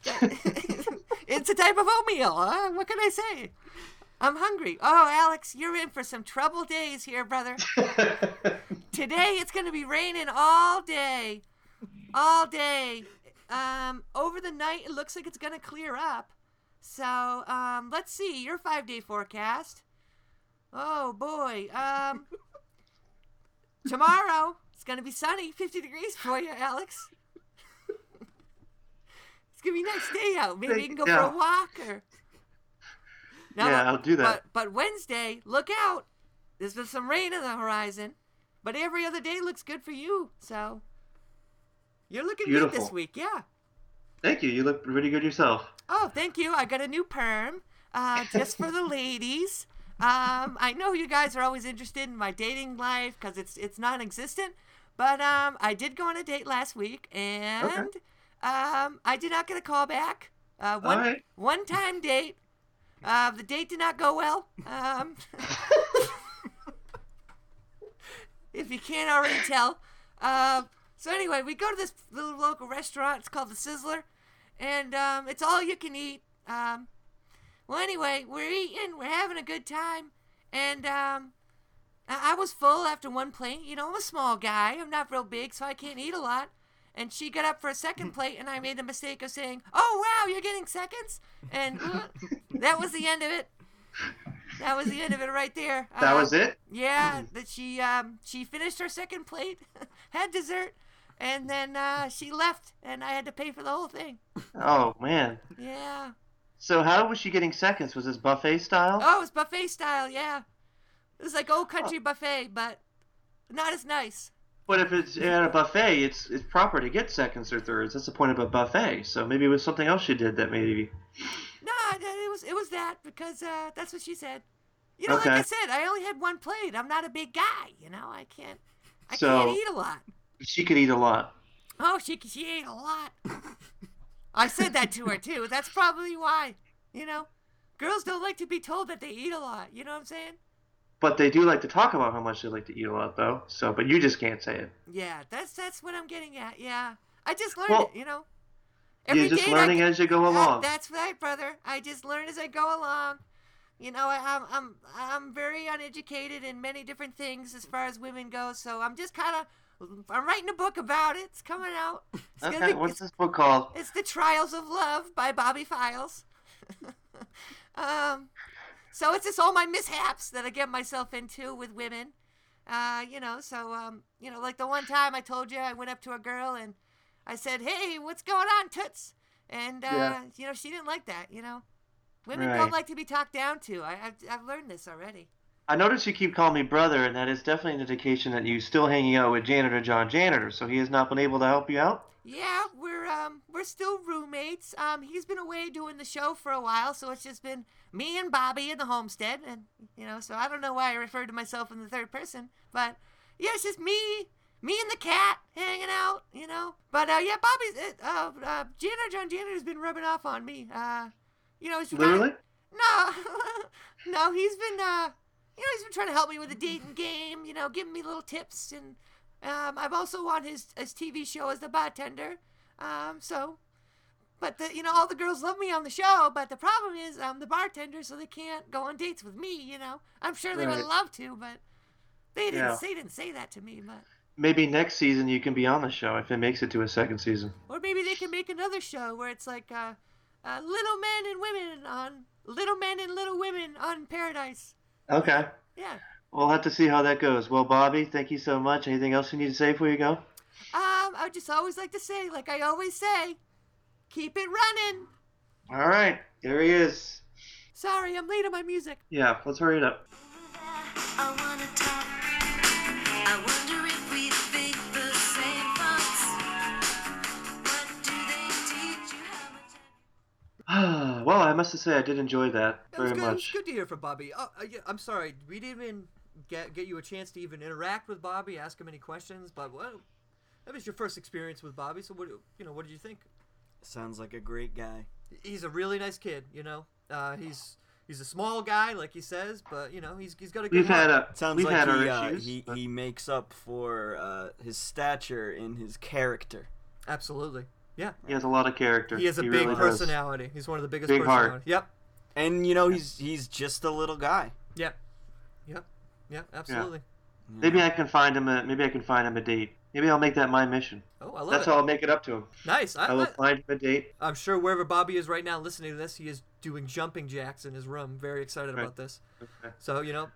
that, it's a type of oatmeal. Huh? What can I say? I'm hungry. Oh, Alex, you're in for some trouble days here, brother. Today it's going to be raining all day. All day. Um, over the night, it looks like it's going to clear up. So um, let's see your five day forecast. Oh boy. Um, tomorrow, it's going to be sunny, 50 degrees for you, Alex. it's going to be nice day out. Maybe you can go yeah. for a walk or. No, yeah, I'll do that. But, but Wednesday, look out. There's been some rain on the horizon. But every other day looks good for you. So you're looking Beautiful. good this week, yeah. Thank you. You look pretty good yourself. Oh, thank you. I got a new perm uh, just for (laughs) the ladies. Um, I know you guys are always interested in my dating life because it's it's non-existent, but um, I did go on a date last week and okay. um, I did not get a call back. Uh, one right. one time date. Uh, the date did not go well. Um, if you can't already tell. Uh, So anyway, we go to this little local restaurant. It's called the Sizzler, and um, it's all you can eat. Um, well, anyway, we're eating, we're having a good time, and um, I-, I was full after one plate. You know, I'm a small guy. I'm not real big, so I can't eat a lot. And she got up for a second plate, and I made the mistake of saying, "Oh wow, you're getting seconds," and uh, that was the end of it. That was the end of it right there. That was it. Um, Hmm. Yeah, that she um, she finished her second plate, (laughs) had dessert, and then uh, she left, and I had to pay for the whole thing. Oh man. Yeah. So how was she getting seconds? Was this buffet style? Oh, it was buffet style. Yeah, it was like old country oh. buffet, but not as nice. But if it's at a buffet, it's it's proper to get seconds or thirds. That's the point of a buffet. So maybe it was something else she did that maybe. No, it was it was that because uh, that's what she said. You know, okay. like I said, I only had one plate. I'm not a big guy. You know, I can't. I so... can't eat a lot. She could eat a lot. Oh, she she ate a lot. I said that to her too. That's probably why. You know, girls don't like to be told that they eat a lot. You know what I'm saying? But they do like to talk about how much they like to eat a lot, though. So, but you just can't say it. Yeah, that's that's what I'm getting at. Yeah, I just learned Well, it. You know, You're just day learning I- as you go Ah, along. that's right, brother. I just learn as I go along. You know, I, I'm I'm I'm very uneducated in many different things as far as women go. So I'm just kind of I'm writing a book about it. It's coming out. It's gonna Okay, be- what's this book called? It's the Trials of Love by Bobby Files. (laughs) um, so it's just all my mishaps that I get myself into with women. Uh, you know, so um, you know, like the one time I told you, I went up to a girl and I said, "Hey, what's going on, toots?" And uh, Yeah. you know, she didn't like that. You know, women Right. don't like to be talked down to. I, I've, I've learned this already. I notice you keep calling me brother, and that is definitely an indication that you're still hanging out with Janitor John Janitor. So he has not been able to help you out. Yeah, we're um we're still roommates. Um, he's been away doing the show for a while, so it's just been me and Bobby in the homestead, and you know, so I don't know why I referred to myself in the third person, but yeah, it's just me, me and the cat hanging out, you know. But uh, yeah, Bobby's uh, uh, uh Janitor John Janitor's been rubbing off on me. Uh, you know, he's Literally? no, no, (laughs) he's been, uh, you know, he's been trying to help me with the dating game. You know, giving me little tips, and um, I'm also on his his TV show as the bartender. Um, so, but the, you know, all the girls love me on the show. But the problem is, I'm the bartender, so they can't go on dates with me. You know, I'm sure they Right. would love to, but they didn't. Yeah. They didn't say that to me, but. Maybe next season you can be on the show if it makes it to a second season. Or maybe they can make another show where it's like uh, uh, little men and women on little men and little women on Paradise. Okay. Yeah. We'll have to see how that goes. Well, Bobby, thank you so much. Anything else you need to say before you go? Um, I just always like to say, like I always say, keep it running. All right. There he is. Sorry, I'm late on my music. Yeah, let's hurry it up. (sighs) well, I must say I did enjoy that It was very good. It was much. good to hear from Bobby. Oh, uh, yeah, I'm sorry, we didn't even get get you a chance to even interact with Bobby, ask him any questions. But well, that was your first experience with Bobby. So what do- you know? What did you think? Sounds like a great guy. He's a really nice kid. You know, uh, he's he's a small guy, like he says, but you know, he's he's got a good. heart. Sounds like he, uh, he he makes up for uh, his stature in his character. Absolutely. Yeah. He has a lot of character. He has a He big really does. personality. He's one of the biggest Big heart. personalities. Yep. And you know he's he's just a little guy. Yep. Yep. Yep. Absolutely. Maybe I can find him. A, maybe I can find him a date. Maybe I'll make that my mission. Oh, I love That's it. how I'll make it up to (laughs) him. Nice. I, I will I, find him a date. I'm sure wherever Bobby is right now listening to this, he is doing jumping jacks in his room. Very excited Right. about this. So you know,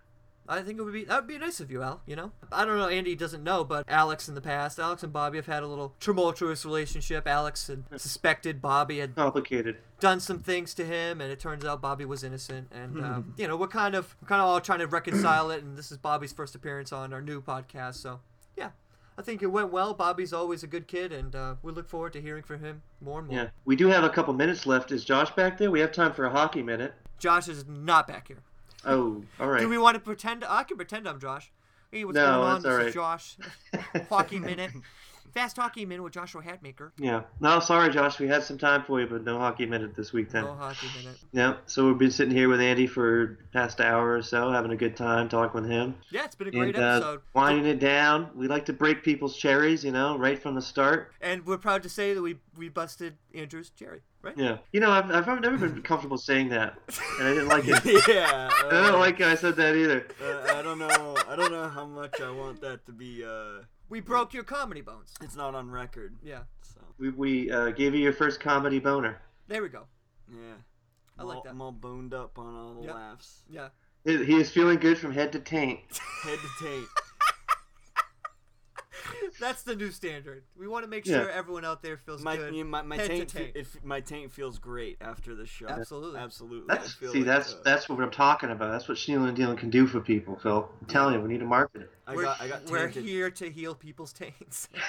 I think it would be that would be nice of you, Al. You know, I don't know. Andy doesn't know, but Alex in the past, Alex and Bobby have had a little tumultuous relationship. Alex had suspected Bobby had complicated done some things to him, and it turns out Bobby was innocent. And um, Hmm. you know, we're kind of we're kind of all trying to reconcile it. And this is Bobby's first appearance on our new podcast, so yeah. I think it went well. Bobby's always a good kid, and uh, we look forward to hearing from him more and more. Yeah, we do have a couple minutes left. Is Josh back there? We have time for a hockey minute. Josh is not back here. Oh, all right. Do we want to pretend? I can pretend I'm Josh. Hey, what's No, going on? that's This all is right. Josh. (laughs) Hockey minute. Fast hockey minute with Joshua Hatmaker. Yeah. No, sorry, Josh. We had some time for you, but no hockey minute this week then. No hockey minute. Yeah. So we've been sitting here with Andy for past hour or so, having a good time talking with him. Yeah, it's been a great And, uh, episode. winding it down. We like to break people's cherries, you know, right from the start. And we're proud to say that we we busted Andrew's Jerry, right? Yeah. You know, I've, I've never (laughs) been comfortable saying that, and I didn't like it. (laughs) Yeah. I don't like I said that either. Uh, I don't know. I don't know how much I want that to be. Uh, we broke your comedy bones. It's not on record. Yeah. We, we uh, gave you your first comedy boner. There we go. Yeah. I like I'm all, that. I'm all boned up on all the Yep. laughs. Yeah. He he is feeling good from head (laughs) to taint. Head to taint. That's the new standard. We want to make Yeah. sure everyone out there feels My, good. you- my, my head to taint, taint. fe- If my taint feels great after the show. Absolutely. Absolutely. I That's, feel see, like, that's uh, that's what I'm talking about. That's what Sheila and Dylan can do for people, Phil. I'm telling you, we need to market it. I We're- got, I got we're tainted. here (laughs) to heal people's (laughs) taints. (laughs)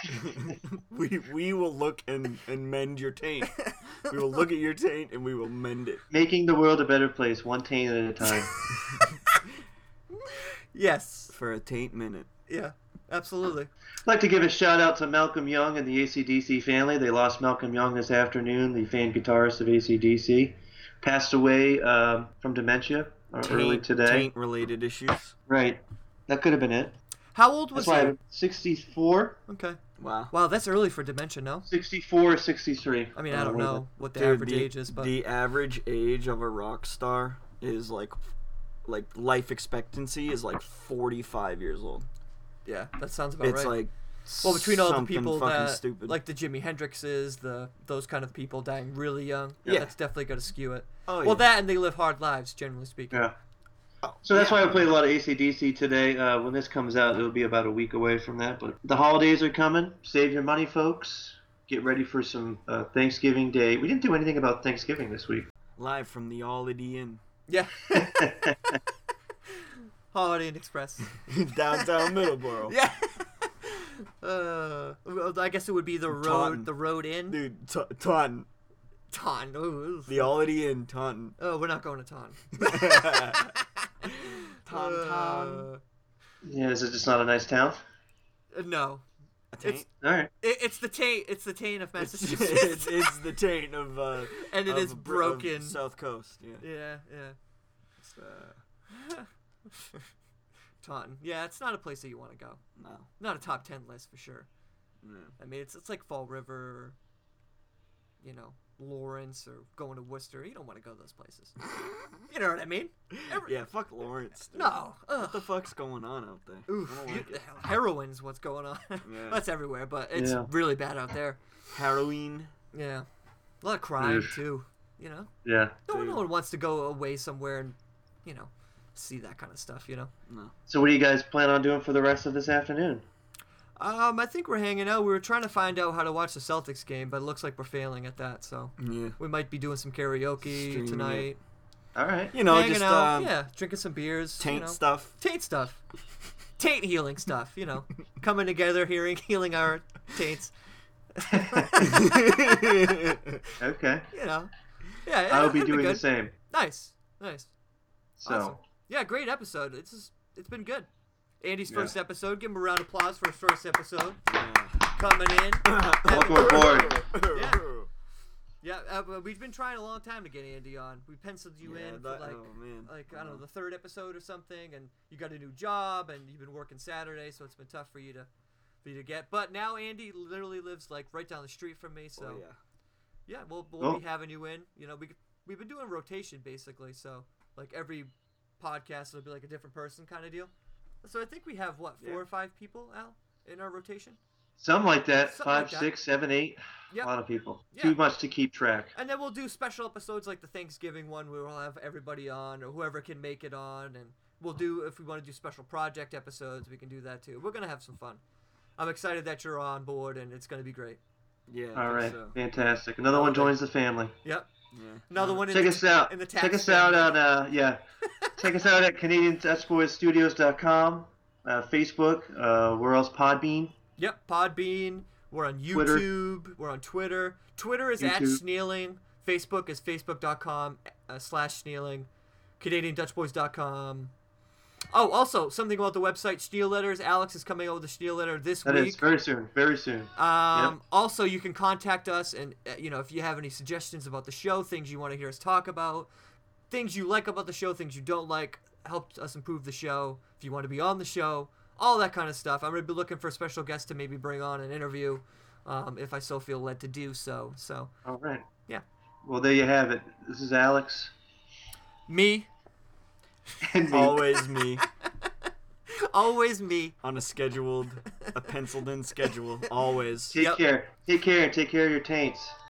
We, we will look and, and mend your (laughs) taint. we will look at your taint and we will mend it. Making the world a better place, one taint at a (laughs) time. yes. For a taint minute. Yeah. Absolutely. I'd like to give a shout out to Malcolm Young and the ACDC family. They lost Malcolm Young this afternoon, the famed guitarist of ACDC. Passed away um, from dementia uh, early today. Taint related issues. Right. That could have been it. How old was that's he? why I'm 64. Okay. Wow. Wow, that's early for dementia, no? 64 63. I mean, I don't believe know it. what the Dude, average the- age is, but the average age of a rock star is like, like life expectancy is like forty five years old. yeah, that sounds about It's right. like well, between all the something people fucking that stupid. like the Jimi Hendrixes, the those kind of people dying really young, Yeah. that's definitely gonna skew it. Oh, well, yeah. that and they live hard lives, generally speaking. Yeah. So that's Yeah. why I played a lot of ACDC today. Uh, when this comes out, it'll be about a week away from that. But the holidays are coming. Save your money, folks. Get ready for some uh, Thanksgiving Day. We didn't do anything about Thanksgiving this week. live from the Holiday Inn, Yeah. (laughs) Holiday Inn Express. (laughs) downtown (laughs) Middleborough. yeah. Uh, well, I guess it would be the road, Taunton. the road in dude, Ta- Taunton, Taunton. Ooh, the Holiday Inn, Taunton. oh, we're not going to Taunton. Taunton. Yeah, is it just not a nice town? Uh, no, Taint. All right. it, it's the taint. It's the taint of It's, Massachusetts. (laughs) it's, it's the taint of uh, (laughs) And (laughs) it of- is of broken. South Coast. Yeah. yeah, yeah. It's, uh, (laughs) Taunton. Yeah, it's not a place that you want to go. no. Not a top ten list for sure. No. I mean, it's it's like Fall River, you know, Lawrence, or going to Worcester. You don't want to go to those (laughs) places. you know what I mean? Every- Yeah, fuck Lawrence. Dude. No. What Ugh. the fuck's going on out there? Oof. I don't You- like it. heroin's what's going on. (laughs) Yeah. That's everywhere, but it's Yeah. really bad out there. Heroin. Yeah. A lot of crime, Oof. too. You know? Yeah. No one, no Dude. one wants to go away somewhere and, you know, see that kind of stuff, you know? No. So what do you guys plan on doing for the rest of this afternoon? Um, I think we're hanging out. We were trying to find out how to watch the Celtics game, but it looks like we're failing at that, so. Yeah. We might be doing some karaoke Streaming it. tonight. All right. You know, hanging just out. um, yeah, drinking some beers. you taint know. stuff. Taint stuff. Taint healing stuff, you (laughs) know. Coming together, hearing, healing our taints. Okay. you know. Yeah, yeah, I'll be it'd doing good. the same. Nice, nice, So awesome. Yeah, great episode. It's just, it's been good. Andy's Yeah. first episode. Give him a round of applause for his first episode Yeah. coming in. welcome aboard. yeah, uh, but we've been trying a long time to get Andy on. We penciled you Yeah, in that- for like, oh, man. like I don't know, Yeah. the third episode or something, and you got a new job and you've been working Saturday, so it's been tough for you to, for you to get. But now Andy literally lives like right down the street from me, so Oh, yeah. yeah, we'll, we'll Well- be having you in. You know, we we've been doing rotation basically, so like every podcast will be like a different person kind of deal. So I think we have what four Yeah. or five people Al in our rotation, Something like that. Something Five, like that. six, seven, eight. Yep. A lot of people. Yeah. Too much to keep track. and then we'll do special episodes like the Thanksgiving one where we'll have everybody on or whoever can make it on, and we'll do if we want to do special project episodes, we can do that too. We're gonna have some fun. I'm excited that you're on board, and it's gonna be great. Yeah. I All think right. So. Fantastic. Another one Okay. joins the family. Yep. Yeah. Another one. In Check the, us out. In the tax Check us out family. on uh, (laughs) yeah. Check us out at CanadianTouchboysStudios.com, uh, Facebook, uh, where else? Podbean. Yep, Podbean. We're on Twitter. YouTube. We're on Twitter. Twitter is at YouTube. Snealing. Facebook is facebook.com uh, slash Snealing. CanadianDutchBoys.com. Oh, also, something about the website, Steel Letters. Alex is coming out with a Steel Letter this That is week. very soon. Very soon. Um, Yep. Also, you can contact us, and uh, you know if you have any suggestions about the show, things you want to hear us talk about, things you like about the show, things you don't like, helped us improve the show. If you want to be on the show, all that kind of stuff. I'm gonna be looking for special guests to maybe bring on an interview, um, if I so feel led to do so. So All right. Yeah. Well, there you have it. This is Alex. me, And me. Always me always me. on a scheduled, a penciled in schedule. Always. Take Yep. care. Take care. Take care of your taints.